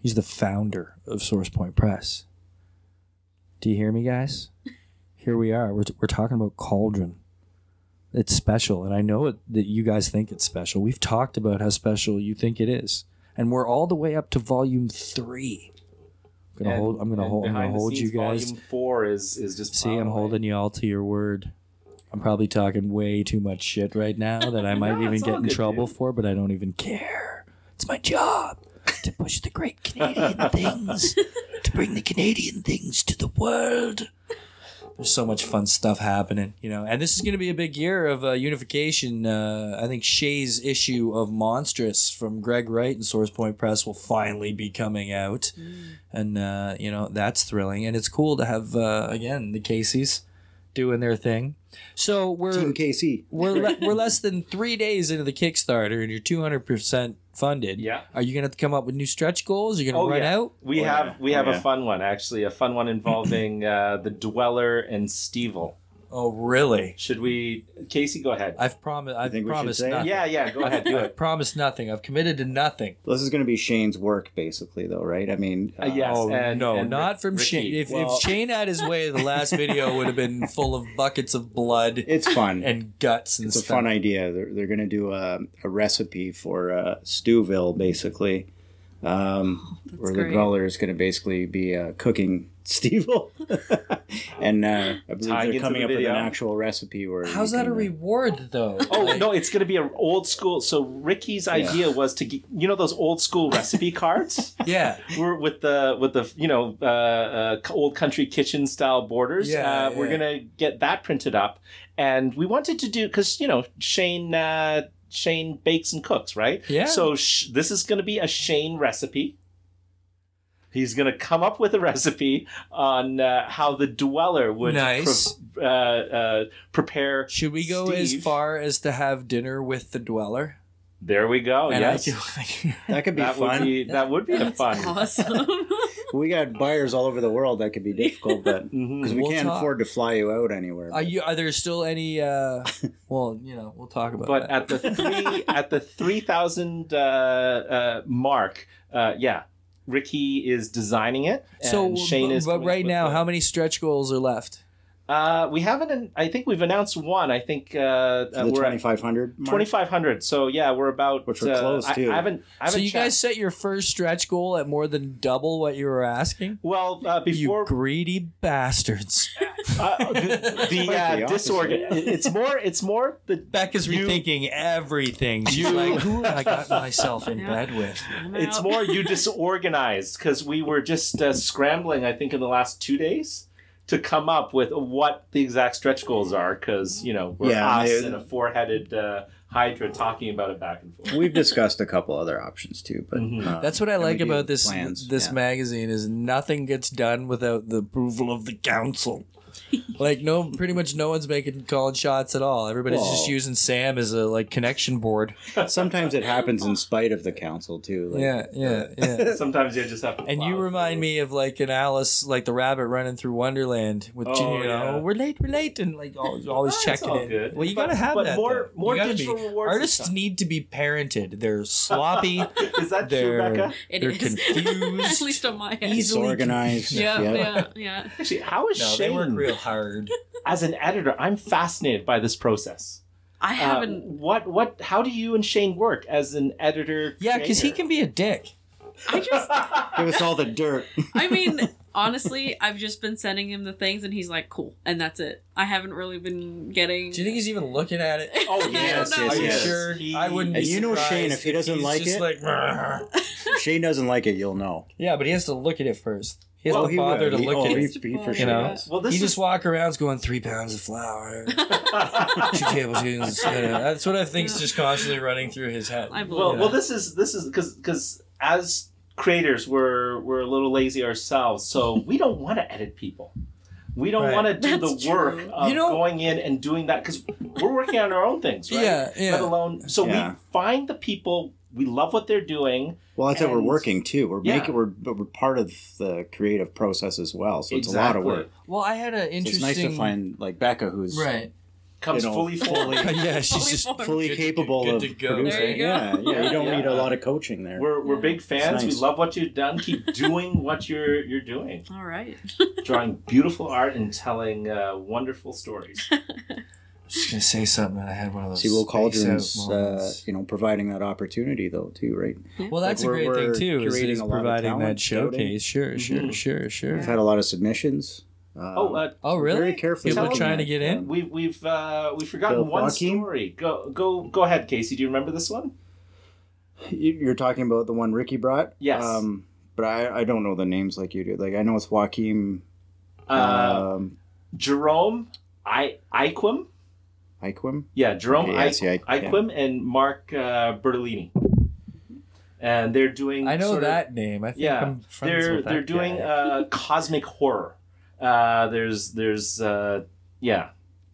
He's the founder of Source Point Press. Do you hear me, guys? Here we are. We're, we're talking about Cauldron. It's special, and I know it, that you guys think it's special. We've talked about how special you think it is, and we're all the way up to volume three. I'm gonna
And-
hold. I'm gonna
and
hold. I'm gonna
behind the
hold you
scenes,
guys.
Volume four is is just.
See, I'm
piled away.
holding you all to your word. I'm probably talking way too much shit right now that I might
No,
even
it's
get
all
in
good,
trouble
dude.
for, but I don't even care. It's my job to push the great Canadian things, to bring the Canadian things to the world. There's so much fun stuff happening, you know. And this is going to be a big year of uh, unification. Uh, I think Shay's issue of Monstrous from Greg Wright and Source Point Press will finally be coming out
Mm.
and uh, you know that's thrilling and it's cool to have uh, again the Casey's doing their thing. So
Team
we're
KC.
we're le- we're less than three days into the Kickstarter and you're two hundred percent funded.
Yeah.
Are you gonna have to come up with new stretch goals? You're gonna
Oh,
run
yeah.
out.
We
Oh,
have
yeah.
we
Oh,
have a
yeah.
fun one actually, a fun one involving uh, the Dweller and Stevel.
Oh really?
Should we, Casey? Go ahead.
I've promised. I've
think we should
promised
say it?
nothing.
yeah, yeah. Go ahead. Do
I've
it.
promised nothing. I've committed to nothing.
Well, this is going to be Shane's work, basically, though, right? I mean,
Uh, yes.
oh
and-
no,
and
not
Rick-
from
Ricky.
Shane. If,
Well-
if Shane had his way, the last video would have been full of buckets of blood
it's fun.
and guts and
it's a
stuff.
fun idea. They're, they're going to do a, a recipe for uh, Stewville, basically,
Oh,
um, where the
great.
dweller is going to basically be uh, cooking Stevel. and uh, I believe
Tying into
they're coming
the
up with
video.
an actual recipe. Where
How's
you
that
can,
a
uh,
reward though?
Oh no, it's going to be an old school. So Ricky's idea was to get, you know those old school recipe cards.
Yeah.
we're with the with the you know uh, uh, c- old country kitchen style borders.
Yeah,
uh, We're
yeah.
gonna get that printed up, and we wanted to do because you know Shane uh, Shane bakes and cooks, right?
Yeah.
So sh- this is gonna be a Shane recipe. He's gonna come up with a recipe on uh, how the dweller would
Nice.
pre- uh, uh, prepare.
Should we go
Steve.
as far as to have dinner with the dweller?
There we go.
And I
Oh, yes.
feel like-
That could be
that
fun.
would be that would be a
That's
fun.
awesome.
we got buyers all over the world. That could be difficult, but because we
Mm, We'll
can't
talk.
afford to fly you out anywhere.
Are you? Are there still any? uh Well, you know, we'll talk about.
but
that.
at the three at the three thousand uh, uh, mark, uh, yeah, Ricky is designing it. uh, And
so,
Shane
but,
is.
but
coming up
right
with
now,
the-
how many stretch goals are left?
Uh, we haven't. an- I think we've announced one. I think uh, uh,
For the
we're
twenty
at
five hundred.
twenty five hundred. So yeah, we're about.
Which we're
uh,
close,
I-
too.
I, haven't. I haven't
So you
checked.
guys set your first stretch goal at more than double what you were asking.
Well, uh, before
you greedy bastards.
uh, the, the
Quite the
uh,
opposite.
disorgan, it's more. It's more the.
Becca's
You-
rethinking everything. She's
You-
like, who I got myself in bed with.
I'm
It's
out.
more you disorganized because we were just uh, scrambling. I think in the last two days to come up with what the exact stretch goals are because you know we're
Yeah,
us
I-
and a four headed uh, Hydra talking about it back and forth.
We've discussed a couple other options too, but
Mhm.
uh,
That's what I
and we
like
do
about this
plans,
this
yeah.
magazine is nothing gets done without the approval of the council. like no, pretty much no one's making calling shots at all. Everybody's just
Whoa.
using Sam as a like connection board.
sometimes it happens in spite of the council too. Like,
yeah, yeah, yeah.
Sometimes you just have to.
And you
plow
remind
through.
me of like an Alice, like the rabbit running through Wonderland with
Oh,
Junior. You
yeah.
know, we're late, we're late, and like always, always
That's
checking
all
in.
good.
Well, you
But-
gotta have
but
that.
more-
though.
more
You gotta
digital
be-
rewards and
Artists
stuff.
need to be parented. They're sloppy.
Is that true,
They're-
Becca?
It
They're
is.
confused.
At least on my end.
He's-
Disorganized.
Yeah,
yeah.
yeah, yeah.
Actually, how is
no, they work
Shane
real hard.
as an editor? I'm fascinated by this process.
I
Uh,
haven't.
what what? How do you and Shane work as an editor?
Yeah, because he
creator?
can be a dick.
I just.
Give us all the dirt.
I mean, honestly, I've just been sending him the things, and he's like, "Cool," and that's it. I haven't really been getting.
Do you think he's even looking at it?
I don't
Oh, yes,
know.
yes,
Are you
yes.
sure?
Oh, He-
I wouldn't. be
And you know
surprised
Shane, if he doesn't
he's
like
just
it-
like, "Brr."
If Shane doesn't like it, you'll know.
yeah, but he has to look at it first. He has
Well,
to
he
bother to
will. He-
look
oh,
at
he-
it.
for- for
You know,
Well, this
he
is
just walk around going three pounds of flour, two tablespoons. uh, That's what I think's just constantly running through his head.
I believe
well,
it.
well. This is this is because because as creators, we're we're a little lazy ourselves, so we don't want to edit people. We don't
Right.
want to do
That's
the work
true.
of
You know-
going in and doing that because we're working on our own things, right?
Yeah, yeah.
Let alone so
Yeah.
we find the people we love what they're doing.
Well, that's how we're
And-
working too. We're
Yeah.
making we're, but we're part of the creative process as well, so it's a lot of work.
Well, I had an
So it's
interesting.
nice to find like Becca, who's
right.
Comes
You know,
fully formed.
yeah, she's
Fully
just
formed.
fully
Good to-
capable
good
of
to go.
producing.
There you go.
Yeah, yeah. You don't
Yeah.
need a lot of coaching there.
We're, we're
Yeah.
big fans.
It's nice.
We love what you've done. Keep doing what you're you're doing.
All right.
Drawing beautiful art and telling uh, wonderful stories.
Um,
I'm just gonna say something. and I had one of those.
See, Will
space
Cauldron's,
out
uh,
moments.
you know, providing that opportunity though too, right?
well, that's
like,
a great
we're-
thing
we're
too. Is,
curating
is
a lot of
providing
talent, Mm-hmm.
that
scouting.
showcase. Sure, sure,
Mhm.
sure, sure.
We've had a lot of submissions. Uh,
Oh, uh,
Oh, really?
Very carefully.
People are
looking
trying to
at,
get in?
um,
we've we've uh, we've forgotten
Bill
one
Joachim?
story. Go go go ahead, Casey. Do you remember this one?
You- You're talking about the one Ricky brought.
Yes.
Um, but I, I don't know the names like you do. Like I know it's Joaquim
Uh,
um,
Jerome I Iquim.
Iquim.
Yeah, Jerome
Okay, yeah, I see,
Iqu-
I- yeah.
Iquim and Mark uh, Bertolini. And they're doing.
I know
sort of-
that name. I think
yeah,
I'm friends
they're
with that
they're doing
guy.
uh, cosmic horror. Uh, there's there's uh, yeah,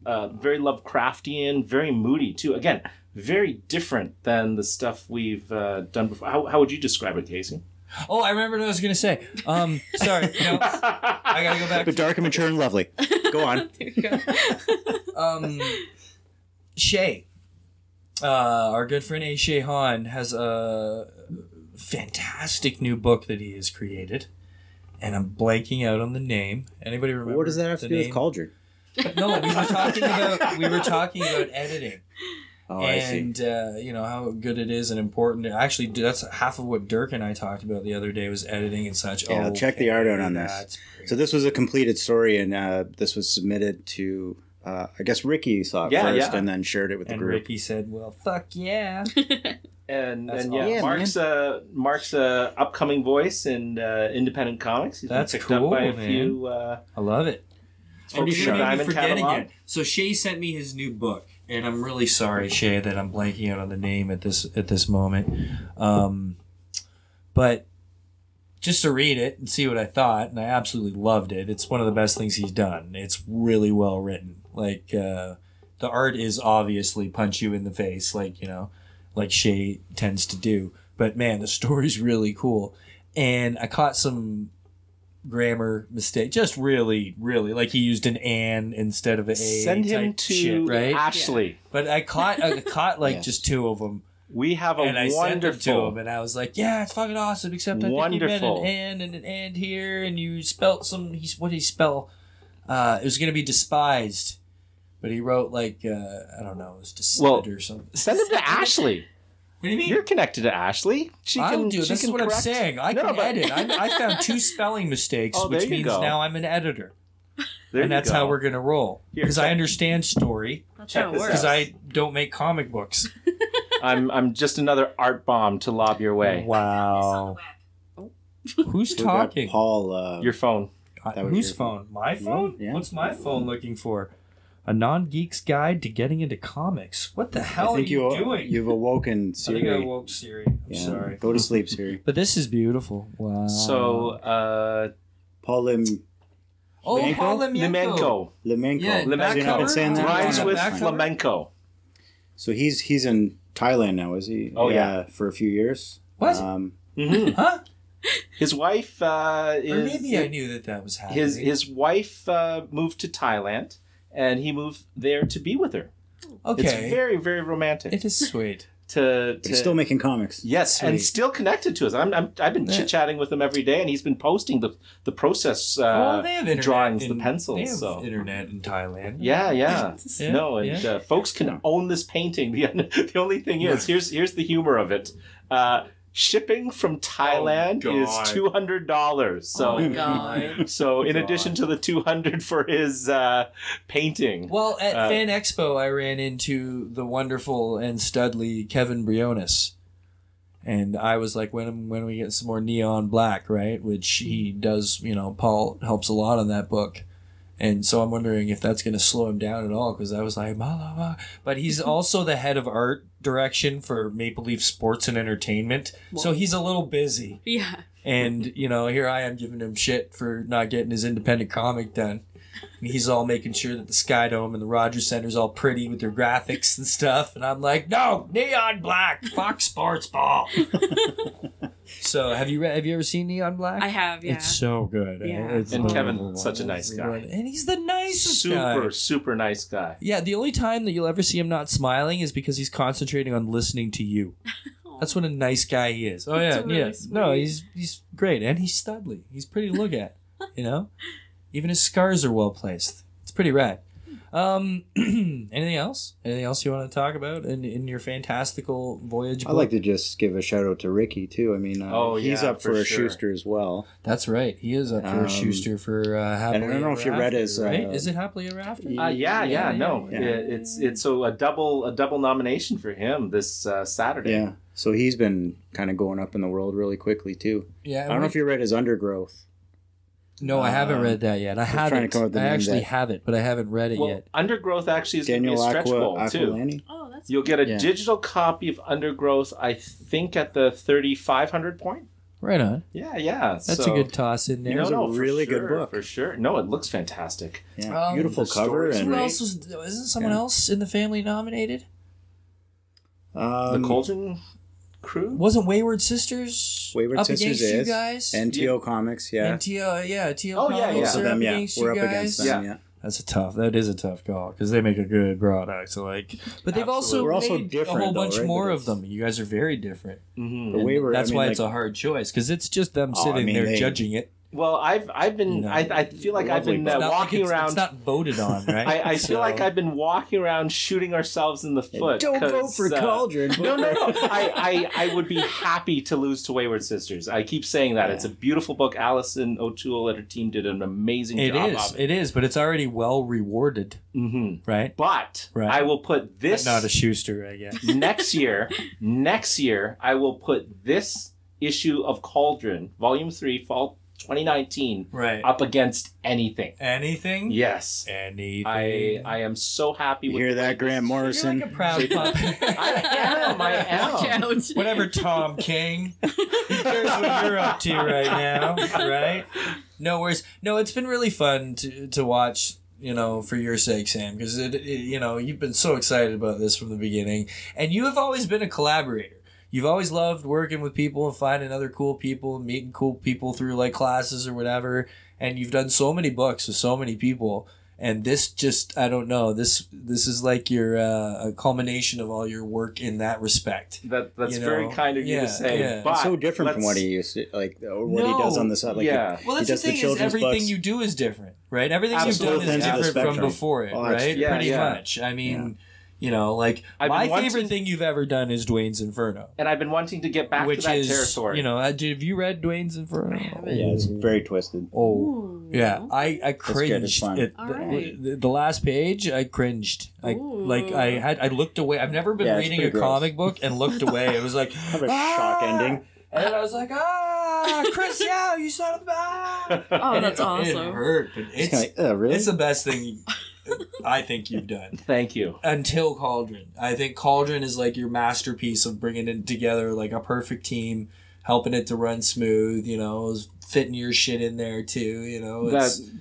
uh, very Lovecraftian, very moody too. Again, very different than the stuff we've uh, done before. How, how would you describe it, Casey?
Oh, I remember what I was gonna say. Um, sorry, no, I gotta go back.
But dark and mature and lovely. Go on.
There you go.
um, Shay, uh, our good friend A. Shay Han has a fantastic new book that he has created, and I'm blanking out on the name. Anybody remember?
What does that have to
the
do with
name?
Cauldron?
No, we were talking about we were talking about editing
Oh, I see.
and uh, you know how good it is and important. Actually, that's half of what Dirk and I talked about the other day was editing and such. Oh,
Yeah, I'll check the art out on this.
that's great.
So this was a completed story, and uh, this was submitted to, uh, I guess Ricky saw it
Yeah,
first,
yeah.
and then shared it with the
and
group.
Ricky said, "Well, fuck yeah."
and
That's
and yeah,
awesome. Yeah,
Mark's uh, Mark's uh, upcoming voice in uh, independent comics. He's been
That's
picked
cool,
up by a
man.
few. Uh,
I love it.
And you
folks in
should
the
not
be
Diamond
forgetting
catalog.
it. So Shay sent me his new book, and I'm really sorry, Shay, that I'm blanking out on the name at this at this moment. Um, but just to read it and see what I thought, and I absolutely loved it. It's one of the best things he's done. It's really well written. Like uh, the art is obviously punch you in the face, like you know, like Shay tends to do. But man, the story's really cool, and I caught some grammar mistake. Just really, really like he used an an instead of a.
Send him
type
to
shit, right.
Ashley.
but I caught I caught like
Yes.
just two of them,
We have a
and I
wonderful.
sent them to him, and I was like, "Yeah, it's fucking awesome." Except I think you
Wonderful.
meant an and and an and here, and you spelt some. He's what did he spell? Uh, it was gonna be despised, but he wrote like uh, I don't know, it was decided
Well,
or something. What
Send him to Ashley.
do you mean?
You're connected to Ashley. She
I
can.
do.
She
This
can
is what I'm
correct-
saying. I
No,
can
but-
edit. I, I found two spelling mistakes,
Oh, there
which
you
means
go.
now I'm an editor, and
There you
that's
go.
how we're gonna roll.
Here,
Because I understand story,
That's
Check
how it
this
works.
because I don't make comic books.
I'm. I'm just another art bomb to lob your way.
Wow. Who's
We got
talking?
Paul. Uh,
Your phone.
Uh,
That was
Whose
your-
phone? My
Mm-hmm.
phone?
yeah.
What's my phone looking for? A non geek's guide to getting into comics. What the hell
I think
are you,
you,
doing?
you've awoken
I think I
Siri.
woke Siri. I'm
Yeah,
sorry.
Go to sleep, Siri.
But this is beautiful. Wow.
So, uh,
Paul Lim,
oh,
Flamenco?
Paul Lemienko.
Limenko.
Limenko.
Yeah,
Has he
Limenko
not been saying that?
rhymes
Yeah.
with
Back cover?
flamenco.
So he's he's in Thailand now, is he?
Oh,
for a few years.
What?
Um,
Mhm.
Huh?
His wife uh,
Or
is
maybe I knew that that was happening.
his his wife uh, moved to Thailand, and he moved there to be with her. It's
okay.
very very romantic.
It is sweet.
to,
but
to
he's still making comics.
yes,
Sweet.
and still connected to us. I'm, I'm I've been
Yeah.
chit chatting with him every day, and he's been posting the the process uh,
well, they have internet.
drawings, the
in- They
pencils.
have
So
internet in Thailand.
yeah, yeah.
Yeah,
no, and
yeah.
uh, folks can own this painting. The, the only thing is, here's here's the humor of it. Uh, shipping from Thailand
God.
is two hundred dollars. So
Oh
Mm,
my god.
So, in addition to the 200 for his uh, painting,
Well, at
Uh,
Fan Expo, I ran into the wonderful and studly Kevin Briones, and I was like, "When when we get some more neon black, right?" Which he does. You know, Paul helps a lot on that book, and so I'm wondering if that's going to slow him down at all. Because I was like, "Blah, blah, blah." but he's also the head of art direction for Maple Leaf Sports and Entertainment, so he's a little busy.
Yeah.
And you know, here I am giving him shit for not getting his independent comic done. And he's all making sure that the Sky Dome and the Rogers Center's all pretty with their graphics and stuff. And I'm like, no, neon black, Fox Sports Ball. so have you re- have you ever seen Neon Black?
I have, yeah.
It's so good. eh?
Yeah.
It's
And Kevin's
unbelievable.
such a nice guy.
and he's the nicest guy.
super, super nice guy.
Yeah, the only time that you'll ever see him not smiling is because he's concentrating on listening to you.
Oh.
That's what a nice guy he is. Oh yeah,
That's really
yeah. No,
sweet.
he's he's great, and he's studly. He's pretty to look at. You know, even his scars are well placed. It's pretty rad. Um, anything else? Anything else you want to talk about in, in your fantastical voyage?
I'd like to just give a shout out to Ricky too. I mean, uh,
Oh,
he's
yeah,
up for,
for
a
sure.
Schuster as well.
That's right. He is up for
Um,
a Schuster for uh, happily.
don't know
Ever
if you read
After,
his, uh,
right? Is it happily ever after?
Yeah.
Uh, yeah, yeah,
Yeah,
no,
yeah.
It- it's it's so a double a double nomination for him this uh, Saturday.
Yeah. So he's been kind of going up in the world really quickly too.
Yeah,
I don't know if you read his Undergrowth.
No, I haven't
Uh,
read that yet. I
was trying to
haven't.
come up with the
I
name
actually
that-
have it, but I haven't read it
Well,
yet.
Undergrowth actually is going to be a
Daniel
stretch
Aqua
goal too.
Aquilani.
Oh, that's
You'll get a
Yeah.
digital copy of Undergrowth, I think, at the 3500 point.
Right on.
Yeah, yeah.
That's
so-
a good toss in there.
You know,
was a
no, for
really good
sure,
book.
for sure. No, it looks fantastic.
Yeah.
Um,
Beautiful
the
cover
stories
and
Who
Right.
else was? Isn't someone
Yeah.
else in the family nominated?
um,
the Cauldron Crew.
Wasn't Wayward Sisters
Wayward
up
Sisters
against
is
you guys?
NTO Comics. Yeah.
And T.O. yeah, T.O.
Oh, yeah,
Comics,
yeah.
Both of
they're
them,
up
yeah,
against
we're up
you
against
guys.
them.
Yeah.
Yeah,
That's a tough. That is a tough call because they make a good product. So like, but they've also
Absolutely.
We're also
made
different,
a whole
though,
bunch
right?
more
But
of
it's-
them. You guys are very different.
Mhm.
But
And
Wayward,
That's
I mean,
why
like-
it's a hard choice because it's just them
Oh, I
sitting
mean,
there
they-
judging it.
Well, I've I've been
No.
I, I feel like I've
Lovely
been
book.
uh,
It's not like
walking
it's-
around.
It's not voted on, right?
I, I feel
So-
like I've been walking around shooting ourselves in the foot.
Don't vote
'cause,
for
uh,
Cauldron.
No, no, no. I, I, I would be happy to lose to Wayward Sisters. I keep saying that. It's a beautiful book. Alison O'Toole and her team did an amazing
It
job
is.
of it.
It is, but it's already well rewarded,
hmm
right?
But
Right.
I will put this
Not a Schuster, I guess.
next year, next year, I will put this issue of Cauldron, Volume 3, Fall 2019,
Right.
up against anything.
Anything?
Yes.
Anything.
I I am so happy
You
with
hear that, Grant
You're
Morrison?
like a proud puppy.
I am, I
Watch
am.
out.
Whatever, Tom King. Who cares what you're up to right now, right? No worries. No, it's been really fun to, to watch, you know, for your sake, Sam, because, it, it- you know, you've been so excited about this from the beginning. And you have always been a collaborator. you've always loved working with people and finding other cool people and meeting cool people through like classes or whatever and you've done so many books with so many people and this just i don't know this this is like your uh, a culmination of all your work in that respect
That that's
You know,
very kind of you
yeah,
to say.
yeah. It's
But
It's so different from
let's-
what he used to like or what he
No.
does on the side. Like
yeah.
well that's
He
the
does the
thing is
children's
everything
books.
you do is different right everything
Absolutely.
you've done
Both
is
ends of the
different from
spectrum.
before it
Oh, that's-
right
yeah,
pretty
yeah.
much i mean you know like
I've been
my
wanting-
favorite thing you've ever done is dwayne's inferno
and I've been wanting to get back
which
to that
is
territory.
you know uh, dude, have you read dwayne's inferno
Yeah, it's very twisted.
oh
Ooh.
Yeah, I I
good, it's
cringed
fun.
at the,
All right.
the, the last page. I cringed. I
Ooh.
like I had I looked away. I've never been
Yeah, it's
reading a
pretty gross.
comic book and looked away. It was like
Kind of a shock
"Ah!"
ending.
and I was like, ah, Chris, yeah, you son of a.
Oh, that's
It
awesome.
hurt, but
It's
it's
kind of like, oh, really?
it's the best thing I think you've done
Thank you.
until Cauldron. I think Cauldron is like your masterpiece of bringing it together, like a perfect team, helping it to run smooth. You know, fitting your shit in there too. You know, Oh, it's,
That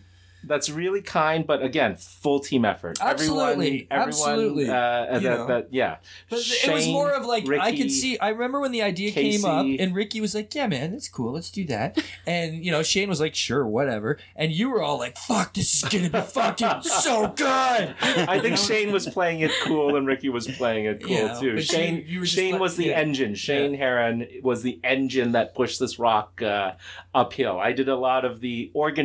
that's really kind, but again, full team effort.
Absolutely,
everyone, everyone,
absolutely,
Uh,
you know.
that, that, yeah.
But it was
Shane,
more of like I
Ricky,
could see. I remember when the idea came
Casey.
up, and Ricky was like, "Yeah, man, that's cool. Let's do that." And you know, Shane was like, "Sure, whatever." And you were all like, "Fuck, this is gonna be fucking so good."
I think Shane was playing it cool, and Ricky was playing it cool
Yeah,
too.
but
Shane,
you- you were just
Shane
like-
was the
yeah.
engine. Shane Heron was the engine that pushed this rock uh, uphill. I did a lot of the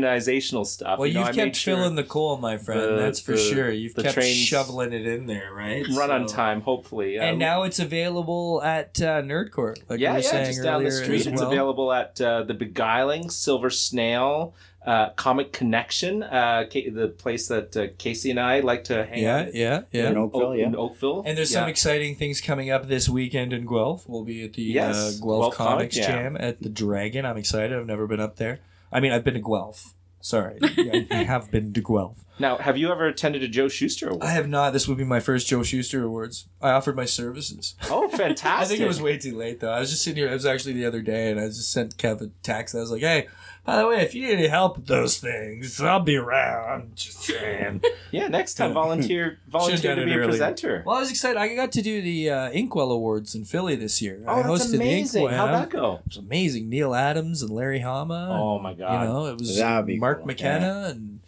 organizational stuff.
Well,
you know,
you've
I made
kept
sure
filling the coal, my friend.
the-
that's for
the-
sure. You've
the
kept
trains
shoveling it in there, right?
run on
So-
time, hopefully.
And
Um,
now it's available at uh, Nerdcore. Like
yeah,
we were
yeah,
saying
just down the
earlier
street.
as
It's
well.
available at uh, the Beguiling, Silver Snail, uh, Comic Connection, uh, Ca the place that uh, Casey and I like to hang out.
Yeah,
at
yeah, yeah.
In Oakville,
Oak-
yeah.
in Oakville.
And there's
yeah.
some exciting things coming up this weekend in Guelph. We'll be at the
Yes,
uh, Guelph,
Guelph Comic
Comics
Jam.
Jam at the Dragon. I'm excited. I've never been up there. I mean, I've been to Guelph. Sorry, I I have been to Guelph.
Now, have you ever attended a Joe Schuster award?
I have not. This would be my first Joe Schuster Awards. I offered my services.
oh,
I
fantastic!
think it was way too late though. I was just sitting here. It was actually the other day, and I just sent Kev a text. I was like, "Hey, by the way, if you need any help with those things, I'll be around." I'm just saying.
yeah. Next time, volunteer volunteer
done
to
it
be a
earlier.
presenter.
Well, I was excited. I got to do the uh, Inkwell Awards in Philly this year. I
oh, that's
hosted
amazing!
the Inkwell.
How'd that go?
It was amazing. Neil Adams and Larry Hama.
Oh my
you
god!
know, it was
That'd be
Mark
cool,
McKenna and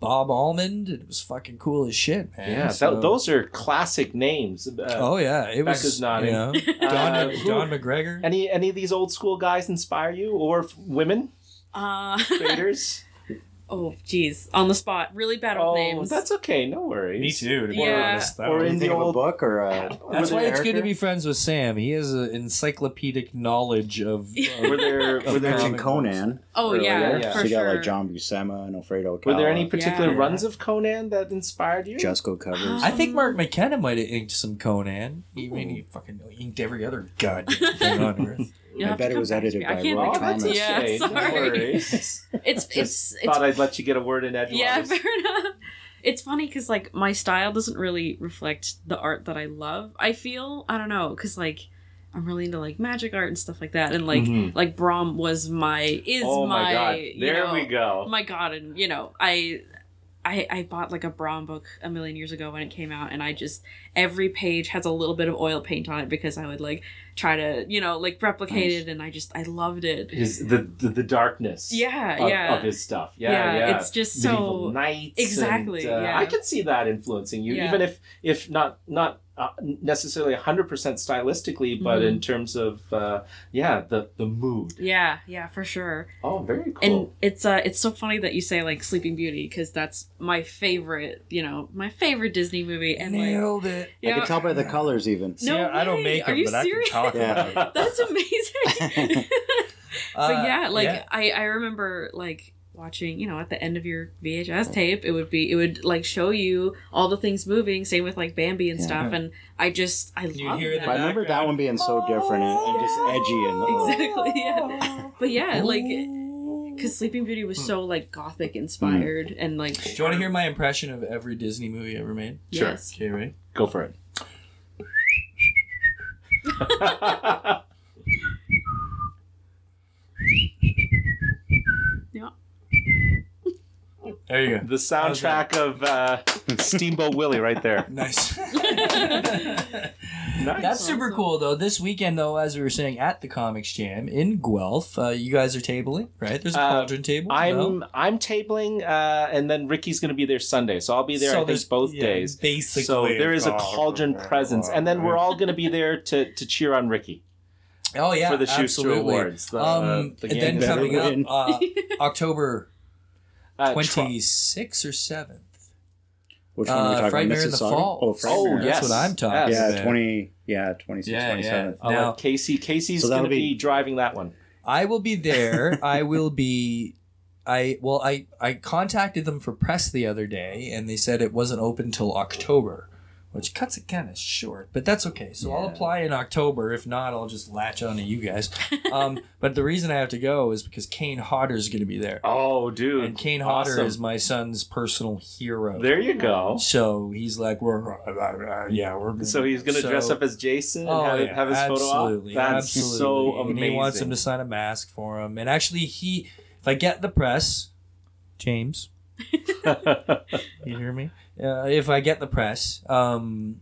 Bob Almond. It was fucking cool as shit, man.
yeah,
So-
th- those are classic names. Uh,
Oh yeah, it
Becca's
was.
nodding.
You know, Don,
uh, who-
Don McGregor.
Any any of these old school guys inspire you, or f- women
Uh,
creators?
oh, geez, on the spot, really bad with
oh,
names.
that's okay. No worries.
too.
to be Yeah. honest.
Or in the
Think of a
old-
book or uh, a,
That's
Were
why
there
it's good to be
Erica?
friends with Sam. He has an encyclopedic knowledge of. uh, of-
Were there were
You
there
mentioned
comic
Conan.
oh
earlier.
yeah,
yeah.
for
so you
sure.
got like John Buscema and Alfredo.
were there
Cala,
any particular
Yeah.
runs of Conan that inspired you?
Jusco covers?
I think Mark McKenna might have inked some Conan. He, I mean, he fucking inked every other goddamn thing on earth.
You'll
I
have
bet
to
it
come
was
back to
edited
me.
by
I can't
Roy
think
Oh,
of
that's
Thomas.
Yeah,
okay. No
sorry.
worries.
It's it's
Just
it's
thought I'd let you get a word in edgewise.
yeah, fair enough. It's funny because like my style doesn't really reflect the art that I love. I feel I don't know because like I'm really into like magic art and stuff like that, and like
Mhm.
like Brom was my is
oh my, god!
you
There
know, oh
we go.
my god and you know i I, I bought like a Braun book a million years ago when it came out, and I just every page has a little bit of oil paint on it because I would like try to you know like replicate
Nice.
it, and I just I loved it.
his the the, the darkness.
Yeah,
Of,
yeah,
of his stuff. Yeah, yeah.
yeah, It's just
Medieval
so
knights.
Exactly,
and, uh,
yeah.
I can see that influencing you,
Yeah.
even if if not not uh, necessarily hundred percent stylistically, but
Mhm.
in terms of uh, yeah, the the mood.
yeah, yeah, for sure.
Oh, very cool.
And it's uh it's so funny that you say like Sleeping Beauty because that's my favorite you know my favorite Disney movie, and like
Nailed it.
you
I
know,
can tell by the colors even.
No
See, I don't
way.
make
Are
them,
you
but
serious?
I can talk about it.
that's amazing.
Uh,
but yeah, like
yeah.
I I remember like watching, you know, at the end of your VHS tape, it would be it would like show you all the things moving, same with like Bambi and
Yeah.
stuff and I just I
You'd
love
hear
that.
the
I remember that one being so different and, and just edgy and oh,
Exactly. Yeah. But yeah, like cuz Sleeping Beauty
Hmm.
was so like gothic inspired and like
Do you want to hear my impression of every Disney movie ever made?
Sure.
Yes.
Okay, ready?
Go for it.
There you go.
The soundtrack of uh, Steamboat Willie, right there.
Nice.
Nice.
That's super
awesome.
cool though. This weekend though, as we were saying at the Comics Jam in Guelph, uh, you guys are tabling, right? There's a
Uh,
cauldron table.
I'm
no?
I'm tabling, uh, and then Ricky's going to be there Sunday, so I'll be there. I
there's-
think both
yeah,
days.
Basically,
So there is a
cauldron.
cauldron presence, and then we're all going to be there to to cheer on Ricky
oh yeah,
for the Schuster
absolutely.
Awards. The,
um,
the
and
gang
then
better
coming up
win.
uh, October
Uh, tr-
26th or 7th.
Which
Uh,
one are we talking about?
Frightmare in the
Mississauga?
Fall.
Oh,
Oh,
Frightmare.
yes.
That's what I'm talking
Yes.
about.
Yeah, 20, yeah, 26,
Yeah,
27.
yeah.
I'll
Now-
let Casey. Casey's
So that'll
going to be,
be-
driving that one.
I will be there. I will be. I well, I I contacted them for press the other day, and they said it wasn't open till October, which cuts it kind of short. But that's okay. So I'll
Yeah.
apply in October. If not, I'll just latch on to you guys. Um, but the reason I have to go is because Kane Hodder is going to be there,
Oh, dude!
and Kane Hodder
awesome.
is my son's personal hero.
There you go.
So he's like, we're yeah, we're gonna-
So he's going to dress
Mm-hmm. So-
up as Jason and have,
Oh, yeah,
have his
absolutely,
photo op. That's
absolutely.
so
And
amazing.
he wants him to sign a mask for him. And actually, he, if I get the press, James, you hear me? Uh, if I get the press, um,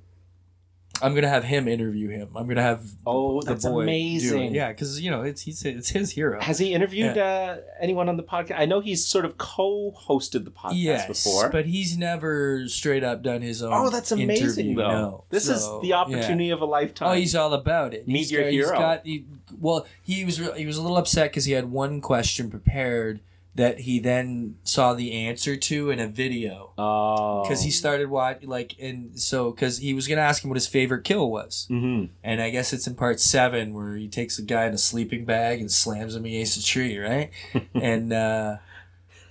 I'm gonna have him interview him. I'm gonna have
oh,
the
that's
boy do it.
amazing.
Yeah, because you know it's he's it's his hero.
Has he interviewed uh, anyone on the podcast? I know he's sort of co-hosted the podcast
yes,
before.
but he's never straight up done his own.
oh, that's amazing
interview,
though.
no.
This
So,
is the
yeah.
opportunity of a lifetime.
Oh, he's all about it.
Meet
He's
your
got- He's
hero.
got he, well, he was re- he was a little upset because he had one question prepared that he then saw the answer to in a video
oh,
because he started watch like and so because he was gonna ask him what his favorite kill was
hmm
and I guess it's in part seven where he takes a guy in a sleeping bag and slams him against a tree right and uh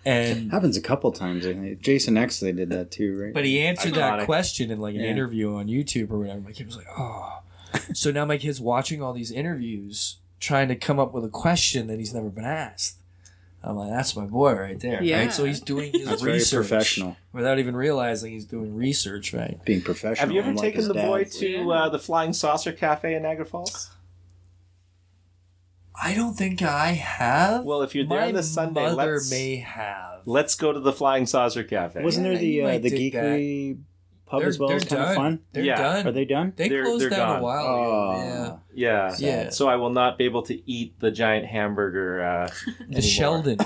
and
Happens a couple times. I think. Jason X, they did that too, right?
But he answered that
Iconic.
question in like an
Yeah.
interview on YouTube or whatever. My kid was like, oh. so now my kid's watching all these interviews trying to come up with a question that he's never been asked. I'm like, that's my boy right there.
Yeah.
Right? So he's doing his
That's very
research
professional.
without even realizing he's doing research, right?
Being professional.
Have you ever
unlike
taken
his
the
dad.
boy to
Yeah.
uh, the Flying Saucer Cafe in Niagara Falls?
I don't think I have.
Well, if you're there
my
on the Sunday,
mother
let's-
may have.
Let's go to the Flying Saucer Cafe.
Wasn't
Yeah,
there the
you
uh,
might
the
dig
geekery pub
They're-
as well?
they're
It's kind
done.
of fun.
They're
Yeah.
done.
Are they done?
They
They're-
closed
they're
down
gone.
a while
Oh.
ago.
Yeah.
Yeah.
So I will not be able to eat the giant hamburger. Uh,
Yeah. The
anymore.
Sheldon.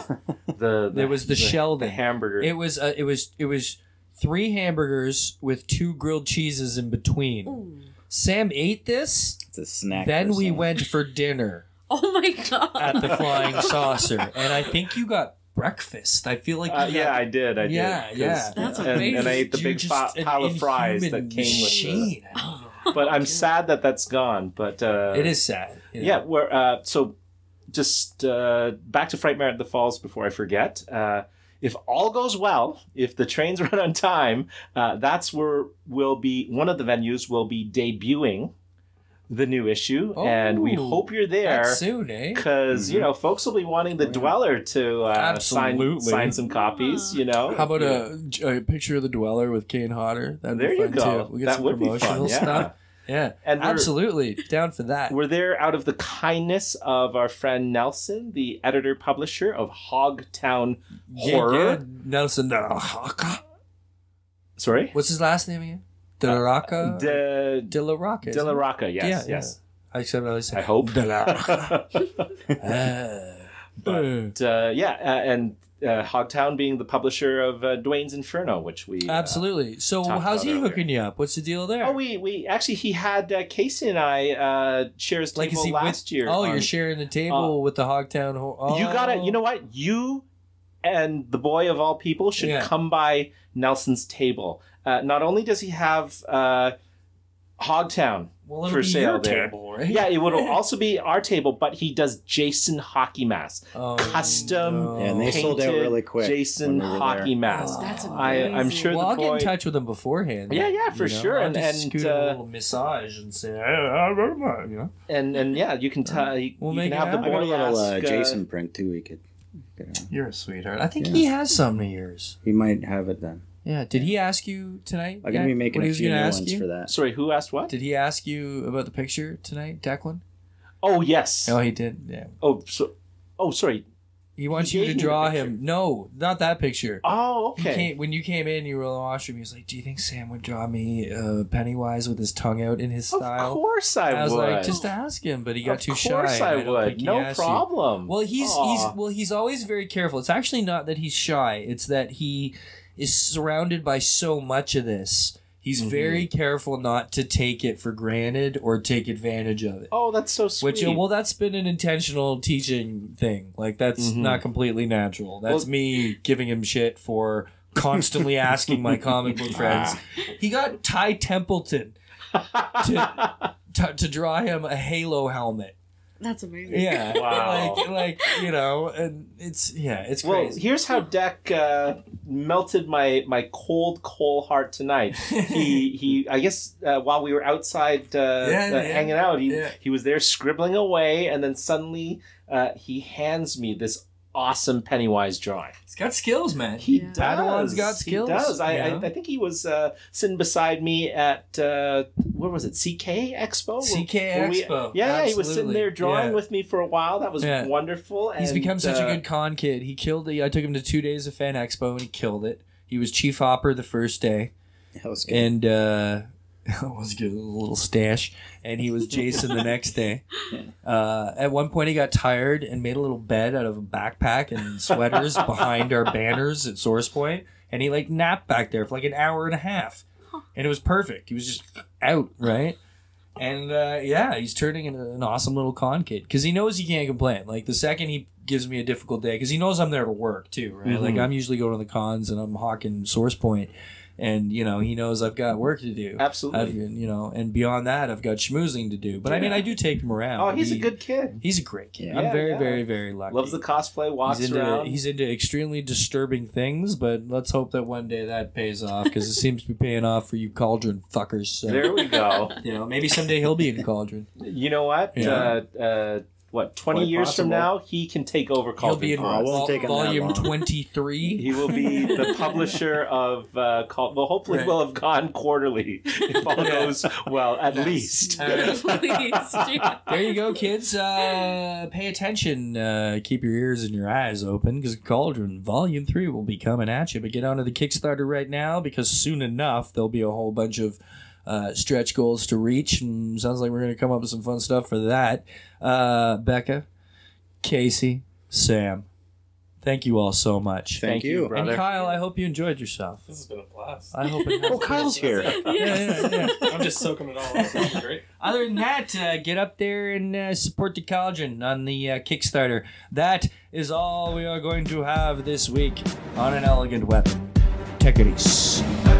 The, the
There was the Sheldon.
The hamburger.
It was uh, it was it was three hamburgers with two grilled cheeses in between.
Ooh.
Sam ate this.
It's a snack.
Then
for
we
some-
went for dinner
Oh my god.
at the Flying Saucer, and I think you got breakfast. I feel like you
Uh, yeah,
got-
I did. I did.
Yeah,
'cause-
yeah.
That's
and, and I
amazing.
ate the
You're
big
just
fa-
an
pile of fries that
inhuman
came with
machine.
Oh.
the. But I'm sad that that's gone. But uh,
It is sad. you know.
Yeah, we're uh, so just uh, back to Frightmare at the Falls before I forget. Uh, if all goes well, if the trains run on time, uh, that's where we'll be. One of the venues will be debuting the new issue, and we
Oh,
hope you're there
That's soon, eh?
because you know folks will be wanting the Dweller to uh, sign
Absolutely.
sign some copies. You know,
How about a, a picture of the Dweller with Kane Hodder? That'd
There
be
you
fun
go.
too. We get
That
some
would be fun,
promotional
yeah.
stuff. Yeah,
And we're-
absolutely down for that.
We're there out of the kindness of our friend Nelson, the editor publisher of Hogtown
Yeah,
Horror.
yeah, Nelson Daraka.
Sorry,
What's his last name again? De La Rocca?
Uh, De,
De La Rocca.
De La
Uh, isn't it?
Rocca, yes,
Yeah,
yes.
I accept what I said.
I hope.
De La Rocca.
But,
Uh,
uh, yeah, uh, and uh, Hogtown being the publisher of uh, Dwayne's Inferno, which we uh,
Absolutely. So,
Talked
how's
about
he
earlier.
hooking you up? What's the deal there?
oh, we we actually he had uh, Casey and I uh, share his
like,
table
is he
last
with,
year.
Oh,
on-
you're sharing the table with the Hogtown. Ho- oh.
Um, uh, You gotta, you know what? You and the boy of all people should
Yeah.
come by Nelson's table. Uh, not only does he have uh, Hogtown
well, it'll
for
be
sale
your
there.
table, right?
Yeah, it would also be our table, but he does Jason hockey masks,
Oh,
custom
no.
Yeah, and they sold out
painted
really quick
Jason
when we were
hockey
there.
mask.
That's
I, I'm
amazing.
sure
well,
the
I'll
boy.
get in touch with him beforehand.
Yeah, yeah, for
you know?
sure,
I'll
and-
just
and,
scoot him
uh,
a little massage and say, I, I don't know, you know.
and and yeah, you can tell. you
We'll
you
make
can
it
have the
happen.
I
boy
got a little uh,
ask, uh,
Jason print too. We could.
You're a sweetheart. I think
Yeah.
he has some of yours.
He might have it then.
Yeah. Did he ask you tonight?
I'm gonna
Dak,
be making
what he
a
was
few new
gonna ask
ones
you?
for that.
Sorry, who asked what?
Did he ask you about the picture tonight, Declan?
Oh yes.
Oh, he did. Yeah.
Oh so. Oh sorry.
He wants
He
you to
gave me the
draw
picture.
him. No, not that picture.
Oh,
He
okay.
came- when you came in, you were in the washroom. He was like, "Do you think Sam would draw me uh, Pennywise with his tongue out in his style?"
Of course I,
And I was
would.
like, "Just ask him," but he got
of
too shy.
course
and
I
don't
would.
think he
no
asked you.
problem.
Well, he's
Aw.
he's well, he's always very careful. It's actually not that he's shy; it's that he is surrounded by so much of this. He's
Mhm.
very careful not to take it for granted or take advantage of it.
Oh, that's so sweet.
Which uh, well, that's been an intentional teaching thing. Like that's
Mhm.
not completely natural. That's
Well-
me giving him shit for constantly asking my comic
Ah.
book friends. He got Ty Templeton to, to to draw him a Halo helmet.
That's amazing.
Yeah.
Wow.
Like like you know, and it's yeah, it's
Well,
crazy.
here's how Deck uh, melted my my cold coal heart tonight. He he, I guess uh, while we were outside uh,
Yeah,
uh,
yeah.
hanging out, he
Yeah.
he was there scribbling away, and then suddenly uh, he hands me this awesome Pennywise drawing.
He's got skills, man.
He
Yeah.
does.
Padawan's got skills,
He does. I,
you know?
I, I think he was uh, sitting beside me at uh, where was it? CK Expo. Where-
CK
where we-
Expo.
yeah, yeah, he was sitting
Absolutely.
there drawing
Yeah.
with me for a while. That was
Yeah.
wonderful. And,
He's become such
uh,
a good con kid. He killed the. I took him to two days of Fan Expo and he killed it. He was chief hopper the first day,
That was good.
and uh, I was good a little stash. And he was Jason the next day. Uh, at one point, he got tired and made a little bed out of a backpack and sweaters behind our banners at Source Point, and he like napped back there for like an hour and a half, and it was perfect. He was just out right. And uh, yeah, he's turning into an awesome little con kid because he knows he can't complain. Like the second he gives me a difficult day, because he knows I'm there to work too, right? Like
Mhm.
I'm usually going to the cons and I'm hawking Source Point, and you know he knows I've got work to do. I've,
Absolutely.
you know, and beyond that, I've got schmoozing to do. But I mean,
Yeah.
I do take him around.
oh, he's a
He-
good kid.
He's a great kid.
Yeah.
I'm
Yeah,
very,
yeah.
very, very lucky.
Loves the cosplay. Walks
he's into,
around.
He's into extremely disturbing things, but let's hope that one day that pays off because it seems to be paying off for you cauldron fuckers. So,
there we go.
you know, maybe someday he'll be in cauldron.
You know what?
Yeah.
Uh, uh, what? Twenty
Quite
years
possible.
from now, he can take over.
He'll
Cauldron
be in
Con.
Oh, it won't
vol-
take him that
volume
long.
twenty three.
He will be the publisher of uh, call, well, hopefully,
Right.
will have gone quarterly if all goes well, at least.
Yes.
Please, yeah.
There you go, kids. Uh, pay attention. Uh, keep your ears and your eyes open because Cauldron Volume 3 will be coming at you. But get onto the Kickstarter right now because soon enough there'll be a whole bunch of uh, stretch goals to reach. And sounds like we're going to come up with some fun stuff for that. Uh, Becca, Casey, Sam, thank you all so much.
Thank you,
brother.
and Kyle, I hope you enjoyed yourself.
This has been a blast.
I hope it
Oh, Kyle's here.
yeah, yeah, yeah.
I'm just soaking it all up. This is great.
Other than that, uh, get up there and uh, support the Cauldron on the uh, Kickstarter. That is all we are going to have this week on an elegant weapon. Take it easy.